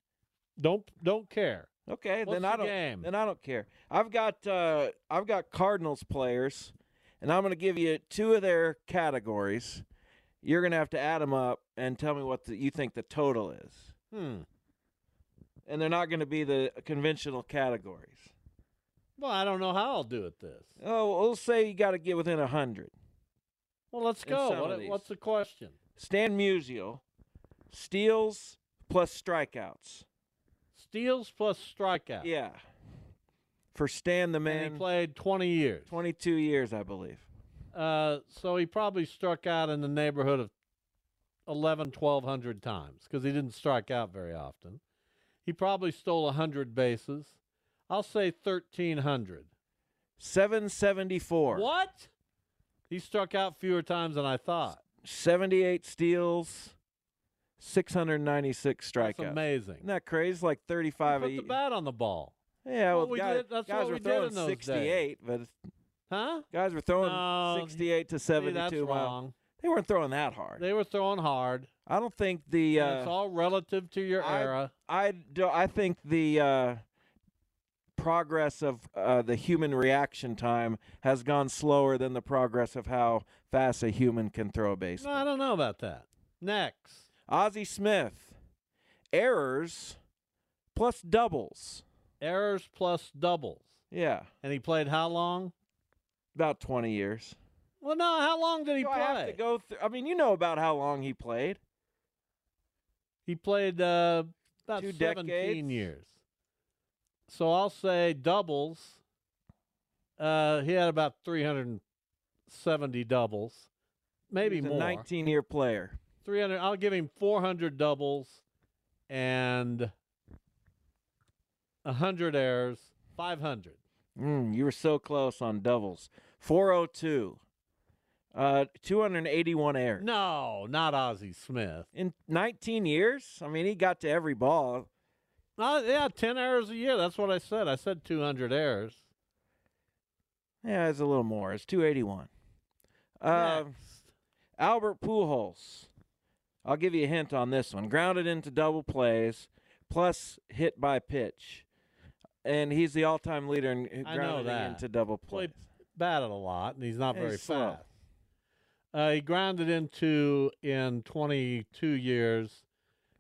[SPEAKER 3] Don't don't care.
[SPEAKER 4] Okay,
[SPEAKER 3] What's
[SPEAKER 4] then I
[SPEAKER 3] the
[SPEAKER 4] don't
[SPEAKER 3] game?
[SPEAKER 4] then I don't care. I've got uh I've got Cardinals players and I'm going to give you two of their categories You're going to have to add them up and tell me what the, you think the total is.
[SPEAKER 3] Hmm.
[SPEAKER 4] And they're not going to be the conventional categories.
[SPEAKER 3] Well, I don't know how I'll do it this.
[SPEAKER 4] Oh, we'll say you got to get within 100.
[SPEAKER 3] Well, let's
[SPEAKER 4] In
[SPEAKER 3] go.
[SPEAKER 4] some of
[SPEAKER 3] What,
[SPEAKER 4] these.
[SPEAKER 3] what's the question?
[SPEAKER 4] Stan Musial, steals plus strikeouts.
[SPEAKER 3] Steals plus strikeout.
[SPEAKER 4] Yeah. For Stan the man.
[SPEAKER 3] And he played 20 years.
[SPEAKER 4] 22 years, I believe.
[SPEAKER 3] Uh, so he probably struck out in the neighborhood of 11, 1200 times because he didn't strike out very often. He probably stole 100 bases. I'll say 1300.
[SPEAKER 4] 774.
[SPEAKER 3] What? He struck out fewer times than I thought.
[SPEAKER 4] 78 steals, 696 strikeouts.
[SPEAKER 3] amazing.
[SPEAKER 4] Isn't that crazy? It's Like 35
[SPEAKER 3] Put
[SPEAKER 4] a
[SPEAKER 3] the
[SPEAKER 4] year.
[SPEAKER 3] bat on the ball.
[SPEAKER 4] Yeah, well,
[SPEAKER 3] What we
[SPEAKER 4] guys,
[SPEAKER 3] did- that's
[SPEAKER 4] guys
[SPEAKER 3] what
[SPEAKER 4] were
[SPEAKER 3] we did
[SPEAKER 4] throwing
[SPEAKER 3] in those
[SPEAKER 4] 68, but it's-
[SPEAKER 3] Huh?
[SPEAKER 4] guys were throwing
[SPEAKER 3] No,
[SPEAKER 4] 68 to
[SPEAKER 3] See,
[SPEAKER 4] 72
[SPEAKER 3] that's
[SPEAKER 4] mile.
[SPEAKER 3] wrong.
[SPEAKER 4] They weren't throwing that hard.
[SPEAKER 3] They were throwing hard.
[SPEAKER 4] I don't think the
[SPEAKER 3] and it's
[SPEAKER 4] uh,
[SPEAKER 3] all relative to your
[SPEAKER 4] I-
[SPEAKER 3] era.
[SPEAKER 4] I do, I think the uh, progress of uh, the human reaction time has gone slower than the progress of how fast a human can throw a base.
[SPEAKER 3] No, I don't know about that. Next.
[SPEAKER 4] Ozzie Smith, errors plus doubles.
[SPEAKER 3] Errors plus doubles.
[SPEAKER 4] Yeah,
[SPEAKER 3] And he played how long?
[SPEAKER 4] about 20 years.
[SPEAKER 3] Well, no, how long did he
[SPEAKER 4] Do
[SPEAKER 3] play?
[SPEAKER 4] I have to go through. I mean, you know about how long he played.
[SPEAKER 3] He played uh, about
[SPEAKER 4] Two
[SPEAKER 3] 17
[SPEAKER 4] decades.
[SPEAKER 3] years. So I'll say doubles. Uh, he had about 370 doubles, maybe
[SPEAKER 4] He was
[SPEAKER 3] more.
[SPEAKER 4] A 19 year player.
[SPEAKER 3] 300. I'll give him 400 doubles and 100 errors, 500.
[SPEAKER 4] Mm, you were so close on doubles. 402. Uh, 281 errors.
[SPEAKER 3] No, not Ozzie Smith.
[SPEAKER 4] In 19 years? I mean, he got to every ball.
[SPEAKER 3] Uh, yeah, 10 errors a year. That's what I said. I said 200 errors.
[SPEAKER 4] Yeah, it's a little more. It's 281. Uh,
[SPEAKER 3] Next.
[SPEAKER 4] Albert Pujols. I'll give you a hint on this one. Grounded into double plays, plus hit by pitch, and he's the all-time leader in
[SPEAKER 3] I know
[SPEAKER 4] grounded
[SPEAKER 3] that.
[SPEAKER 4] into double plays.
[SPEAKER 3] Played batted a lot, and he's not
[SPEAKER 4] Yeah,
[SPEAKER 3] very
[SPEAKER 4] he's slow.
[SPEAKER 3] fast. Uh, he grounded into in 22 years.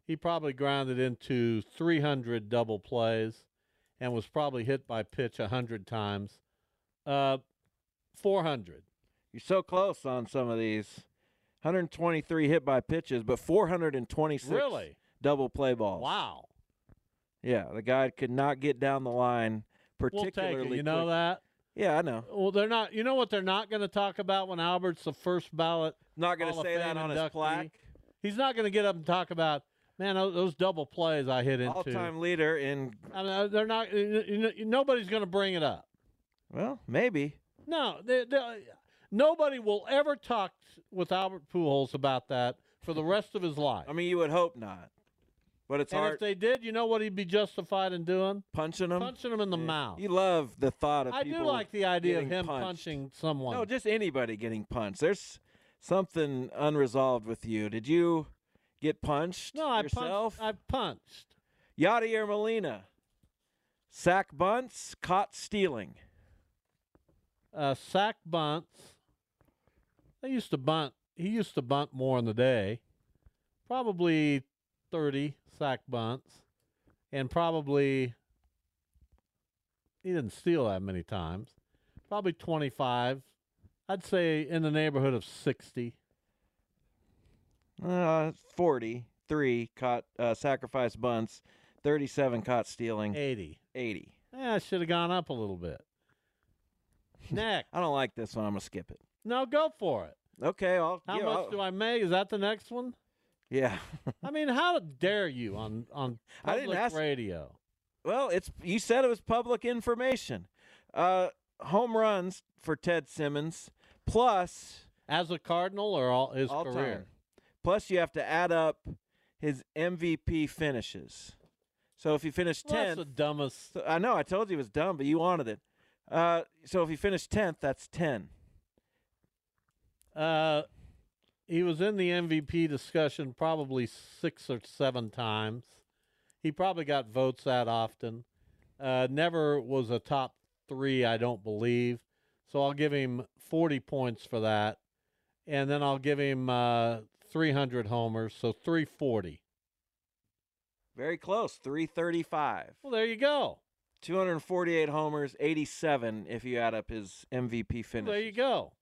[SPEAKER 3] He probably grounded into 300 double plays, and was probably hit by pitch 100 times. Uh, 400.
[SPEAKER 4] You're so close on some of these. 123 hit by pitches, but 426
[SPEAKER 3] Really?
[SPEAKER 4] double play balls.
[SPEAKER 3] Wow.
[SPEAKER 4] Yeah, the guy could not get down the line
[SPEAKER 3] We'll take
[SPEAKER 4] particularly.
[SPEAKER 3] it. You know
[SPEAKER 4] quick.
[SPEAKER 3] that.
[SPEAKER 4] Yeah, I know.
[SPEAKER 3] Well, they're not. You know what they're not going to talk about when Albert's the first ballot
[SPEAKER 4] Not going
[SPEAKER 3] Hall
[SPEAKER 4] to
[SPEAKER 3] of
[SPEAKER 4] say that
[SPEAKER 3] Fame
[SPEAKER 4] on his
[SPEAKER 3] inductee.
[SPEAKER 4] plaque.
[SPEAKER 3] He's not going to get up and talk about man tho- those double plays I hit into.
[SPEAKER 4] All-time leader in
[SPEAKER 3] I mean, uh, they're not. You know, nobody's going to bring it up.
[SPEAKER 4] well, maybe.
[SPEAKER 3] No, they, they, nobody will ever talk with Albert Pujols about that for the rest of his life.
[SPEAKER 4] I mean, you would hope not. But it's
[SPEAKER 3] and
[SPEAKER 4] hard
[SPEAKER 3] if they did, you know what he'd be justified in doing?
[SPEAKER 4] punching him.
[SPEAKER 3] punching him in the
[SPEAKER 4] Yeah.
[SPEAKER 3] mouth.
[SPEAKER 4] You love the thought of
[SPEAKER 3] I do
[SPEAKER 4] people
[SPEAKER 3] like the idea of
[SPEAKER 4] getting
[SPEAKER 3] him
[SPEAKER 4] punched.
[SPEAKER 3] punching someone.
[SPEAKER 4] No, just anybody getting punched. There's something unresolved with you. Did you get punched
[SPEAKER 3] no, I
[SPEAKER 4] yourself?
[SPEAKER 3] punched. I punched.
[SPEAKER 4] Yadier Molina. Sack bunts, caught stealing.
[SPEAKER 3] uh, sack bunts. They used to bunt. He used to bunt more in the day, probably thirty sack bunts, and probably he didn't steal that many times. Probably twenty-five. I'd say in the neighborhood of sixty.
[SPEAKER 4] Uh, 40, 3 caught uh, sacrifice bunts, 37 caught stealing,
[SPEAKER 3] 80.
[SPEAKER 4] 80.
[SPEAKER 3] Yeah, I should have Eh, gone up a little bit. Next.
[SPEAKER 4] I don't like this one. I'm going to skip it.
[SPEAKER 3] No, go for it.
[SPEAKER 4] Okay, I'll
[SPEAKER 3] How
[SPEAKER 4] yeah,
[SPEAKER 3] much
[SPEAKER 4] I'll-
[SPEAKER 3] do I make? Is that the next one?
[SPEAKER 4] Yeah.
[SPEAKER 3] I mean, how dare you on on public
[SPEAKER 4] I didn't ask-
[SPEAKER 3] radio?
[SPEAKER 4] Well, it's you said it was public information. Uh, home runs for Ted Simmons plus
[SPEAKER 3] As a Cardinal or all his
[SPEAKER 4] all
[SPEAKER 3] career?
[SPEAKER 4] time. Plus, you have to add up his MVP finishes. So if he finished
[SPEAKER 3] Well, that's
[SPEAKER 4] tenth,
[SPEAKER 3] the dumbest.
[SPEAKER 4] so- I know I told you it was dumb, but you wanted it. Uh, so if he finished tenth, that's ten.
[SPEAKER 3] Uh, he was in the MVP discussion probably six or seven times. He probably got votes that often. Uh, never was a top three, I don't believe. So I'll give him 40 points for that. and then I'll give him uh, 300 homers, so 340.
[SPEAKER 4] Very close, 335.
[SPEAKER 3] Well, there you go.
[SPEAKER 4] 248 homers, 87 if you add up his MVP finish.
[SPEAKER 3] There you go.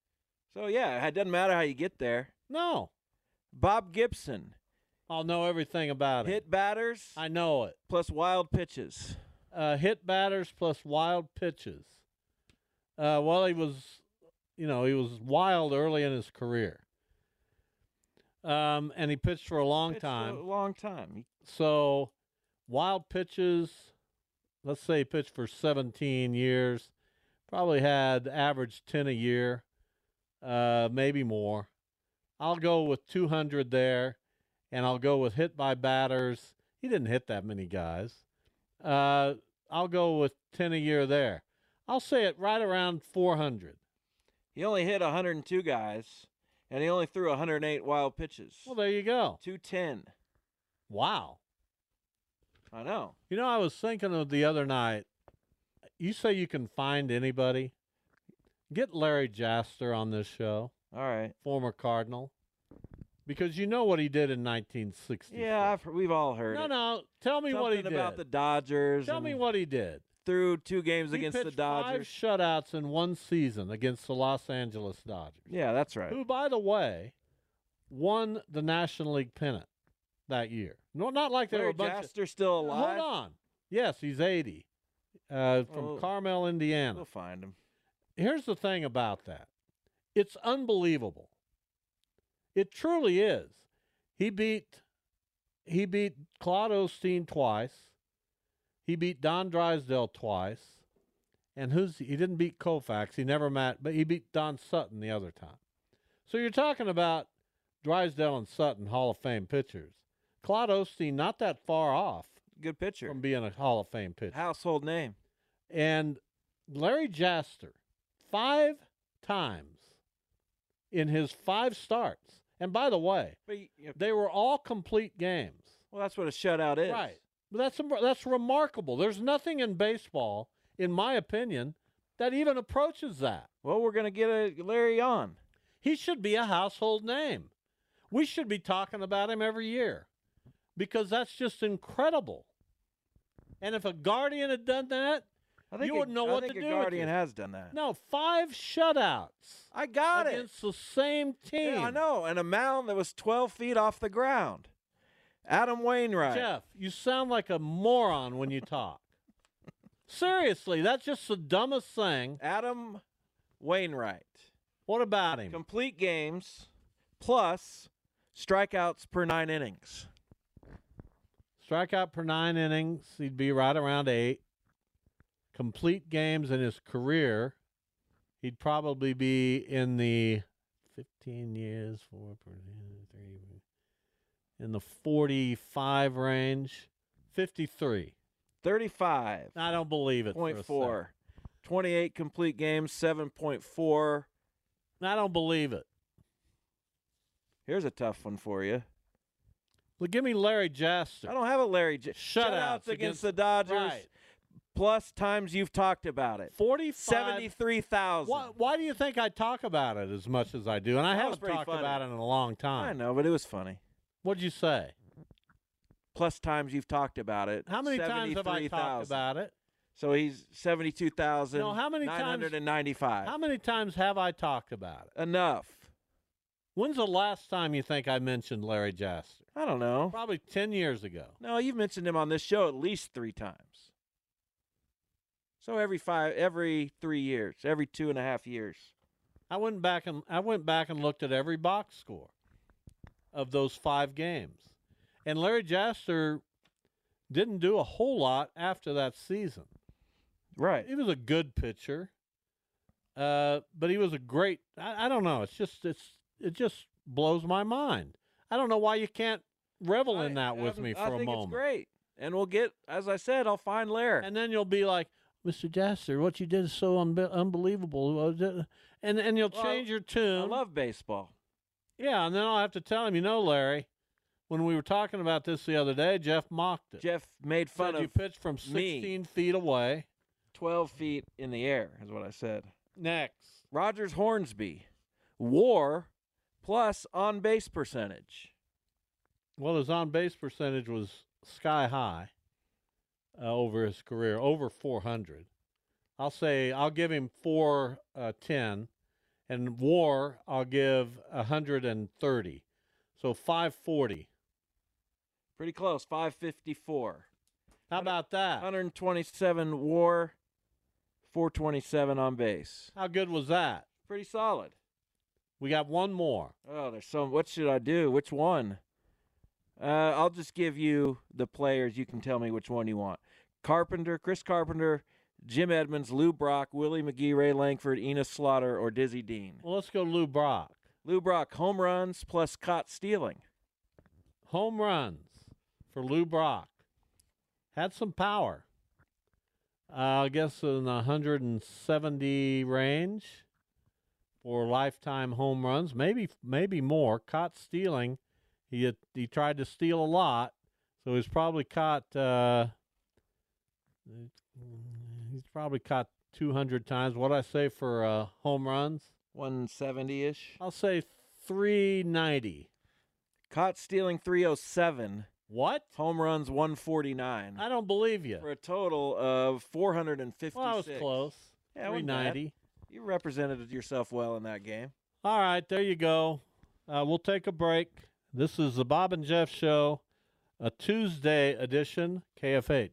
[SPEAKER 4] So, yeah, it doesn't matter how you get there.
[SPEAKER 3] No,
[SPEAKER 4] Bob Gibson,
[SPEAKER 3] I'll know everything about it.
[SPEAKER 4] hit batters
[SPEAKER 3] I know it.
[SPEAKER 4] plus wild pitches.
[SPEAKER 3] uh, hit batters plus wild pitches. Uh, well, he was, you know, he was wild early in his career, um, and he pitched for a long
[SPEAKER 4] Pitched a
[SPEAKER 3] time.
[SPEAKER 4] long time.
[SPEAKER 3] So, wild pitches. Let's say he pitched for 17 years. Probably had average 10 a year, uh, maybe more. I'll go with 200 there, and I'll go with hit by batters. He didn't hit that many guys. Uh, I'll go with 10 a year there. I'll say it right around 400.
[SPEAKER 4] He only hit 102 guys, and he only threw 108 wild pitches.
[SPEAKER 3] Well, there you go.
[SPEAKER 4] 210.
[SPEAKER 3] Wow.
[SPEAKER 4] I know.
[SPEAKER 3] You know, I was thinking of the other night. You say you can find anybody. Get Larry Jaster on this show,
[SPEAKER 4] All right.
[SPEAKER 3] former Cardinal, because you know what he did in 1964.
[SPEAKER 4] Yeah, I've, we've all heard
[SPEAKER 3] no,
[SPEAKER 4] it.
[SPEAKER 3] no. Tell me
[SPEAKER 4] Something
[SPEAKER 3] what he did.
[SPEAKER 4] about the Dodgers.
[SPEAKER 3] Tell me
[SPEAKER 4] and
[SPEAKER 3] what he did.
[SPEAKER 4] threw two games
[SPEAKER 3] He
[SPEAKER 4] against the
[SPEAKER 3] pitched
[SPEAKER 4] Dodgers.
[SPEAKER 3] Five shutouts in one season against the Los Angeles Dodgers.
[SPEAKER 4] yeah, that's right.
[SPEAKER 3] who, by the way, won the National League pennant that year. No, not like they were
[SPEAKER 4] Larry
[SPEAKER 3] a bunch
[SPEAKER 4] Jaster still
[SPEAKER 3] of.
[SPEAKER 4] alive.
[SPEAKER 3] Hold on. Yes, he's 80, uh, from
[SPEAKER 4] Oh.
[SPEAKER 3] Carmel, Indiana.
[SPEAKER 4] We'll find him.
[SPEAKER 3] Here's the thing about that it's unbelievable. It truly is. He beat he beat Claude Osteen twice. He beat Don Drysdale twice. And who's he didn't beat Koufax. He never met, but he beat Don Sutton the other time. So you're talking about Drysdale and Sutton Hall of Fame pitchers. Claude Osteen not that far off
[SPEAKER 4] Good pitcher.
[SPEAKER 3] from being a Hall of Fame pitcher.
[SPEAKER 4] Household name.
[SPEAKER 3] And Larry Jaster, five times in his five starts. And by the way,
[SPEAKER 4] But y- you know,
[SPEAKER 3] they were all complete games.
[SPEAKER 4] well, that's what a shutout is.
[SPEAKER 3] Right. But that's that's remarkable. There's nothing in baseball, in my opinion, that even approaches that.
[SPEAKER 4] Well, we're gonna get a Larry on.
[SPEAKER 3] He should be a household name. We should be talking about him every year because that's just incredible. And if a guardian had done that,
[SPEAKER 4] I think
[SPEAKER 3] You
[SPEAKER 4] a-
[SPEAKER 3] wouldn't know
[SPEAKER 4] I
[SPEAKER 3] what
[SPEAKER 4] think
[SPEAKER 3] to
[SPEAKER 4] a
[SPEAKER 3] do with
[SPEAKER 4] Guardian
[SPEAKER 3] it.
[SPEAKER 4] has done that.
[SPEAKER 3] no, five shutouts.
[SPEAKER 4] I got it.
[SPEAKER 3] against the same team.
[SPEAKER 4] Yeah, I know. And a mound that was 12 feet off the ground. Adam Wainwright.
[SPEAKER 3] Jeff, you sound like a moron when you talk. Seriously, that's just the dumbest thing.
[SPEAKER 4] Adam Wainwright.
[SPEAKER 3] What about him?
[SPEAKER 4] Complete games plus strikeouts per nine innings.
[SPEAKER 3] Strikeout per nine innings, he'd be right around eight. Complete games in his career, he'd probably be in the 15 years, four per three, in the 45 range, 53.
[SPEAKER 4] 35.
[SPEAKER 3] I don't believe it. for a
[SPEAKER 4] Point
[SPEAKER 3] second.
[SPEAKER 4] four. 28 complete games, 7.4.
[SPEAKER 3] I don't believe it.
[SPEAKER 4] Here's a tough one for you.
[SPEAKER 3] Well, give me Larry Jaster.
[SPEAKER 4] I don't have a Larry. J-
[SPEAKER 3] Shutouts
[SPEAKER 4] against,
[SPEAKER 3] against-
[SPEAKER 4] the Dodgers.
[SPEAKER 3] Right.
[SPEAKER 4] Plus times you've talked about it.
[SPEAKER 3] 45.
[SPEAKER 4] 73,000.
[SPEAKER 3] Why, why do you think I talk about it as much as I do? And I
[SPEAKER 4] That was
[SPEAKER 3] haven't
[SPEAKER 4] pretty
[SPEAKER 3] talked
[SPEAKER 4] funny.
[SPEAKER 3] about it in a long
[SPEAKER 4] I
[SPEAKER 3] time.
[SPEAKER 4] know, but it was funny.
[SPEAKER 3] What'd you say?
[SPEAKER 4] Plus times you've talked about it.
[SPEAKER 3] How many times have I talked
[SPEAKER 4] 73,000.
[SPEAKER 3] about it?
[SPEAKER 4] So he's 72,000.
[SPEAKER 3] No, how many times-
[SPEAKER 4] 995.
[SPEAKER 3] How many times have I talked about it?
[SPEAKER 4] Enough.
[SPEAKER 3] When's the last time you think I mentioned Larry Jaster?
[SPEAKER 4] I don't know.
[SPEAKER 3] Probably 10 years ago.
[SPEAKER 4] No, you've mentioned him on this show at least three times. So every five, every three years, every two and a half years.
[SPEAKER 3] I went back and I went back and looked at every box score of those 5 games. And Larry Jaster didn't do a whole lot after that season.
[SPEAKER 4] Right.
[SPEAKER 3] he was a good pitcher, uh, but he was a great. I, I don't know. It's just it's it just blows my mind. I don't know why you can't revel in that with me for
[SPEAKER 4] I
[SPEAKER 3] a
[SPEAKER 4] think
[SPEAKER 3] moment.
[SPEAKER 4] It's great. And we'll get, as I said, I'll find Lair.
[SPEAKER 3] And then you'll be like, Mr. Jaster, what you did is so unbe- unbelievable. Uh, d- And and you'll
[SPEAKER 4] Well,
[SPEAKER 3] change your
[SPEAKER 4] I
[SPEAKER 3] tune.
[SPEAKER 4] love baseball.
[SPEAKER 3] yeah, and then I'll have to tell him, you know, Larry, when we were talking about this the other day, Jeff mocked it.
[SPEAKER 4] Jeff made fun
[SPEAKER 3] said you
[SPEAKER 4] of
[SPEAKER 3] pitched from
[SPEAKER 4] me.
[SPEAKER 3] 16 feet away.
[SPEAKER 4] 12 feet in the air, is what I said.
[SPEAKER 3] Next.
[SPEAKER 4] Rogers Hornsby, war plus on base percentage.
[SPEAKER 3] Well, his on base percentage was sky high uh, over his career, over 400. I'll say I'll give him 410, and war, I'll give 130. So 540.
[SPEAKER 4] Pretty close, 554.
[SPEAKER 3] How about that?
[SPEAKER 4] 127 war, 427 on base.
[SPEAKER 3] How good was that?
[SPEAKER 4] Pretty solid.
[SPEAKER 3] We got one more.
[SPEAKER 4] Oh, there's some. What should I do? Which one? Uh, I'll just give you the players. You can tell me which one you want. Carpenter, Chris Carpenter, Jim Edmonds, Lou Brock, Willie McGee, Ray Langford, Enos Slaughter, or Dizzy Dean.
[SPEAKER 3] Well, let's go Lou Brock.
[SPEAKER 4] Lou Brock, home runs plus caught stealing.
[SPEAKER 3] Home runs for Lou Brock. Had some power. Uh, I guess in the 170 range for lifetime home runs, maybe maybe more. Caught stealing, he he tried to steal a lot, so he's probably caught. Uh, he's probably caught 200 times. What I say for uh, home runs?
[SPEAKER 4] 170 ish.
[SPEAKER 3] I'll say 390.
[SPEAKER 4] Caught stealing 307.
[SPEAKER 3] What?
[SPEAKER 4] Home runs 149.
[SPEAKER 3] I don't believe you.
[SPEAKER 4] For a total of 456.
[SPEAKER 3] Well, I was close.
[SPEAKER 4] Yeah,
[SPEAKER 3] 390.
[SPEAKER 4] You represented yourself well in that game.
[SPEAKER 3] All right, there you go. Uh, we'll take a break. This is the Bob and Jeff Show, a Tuesday edition, KFH.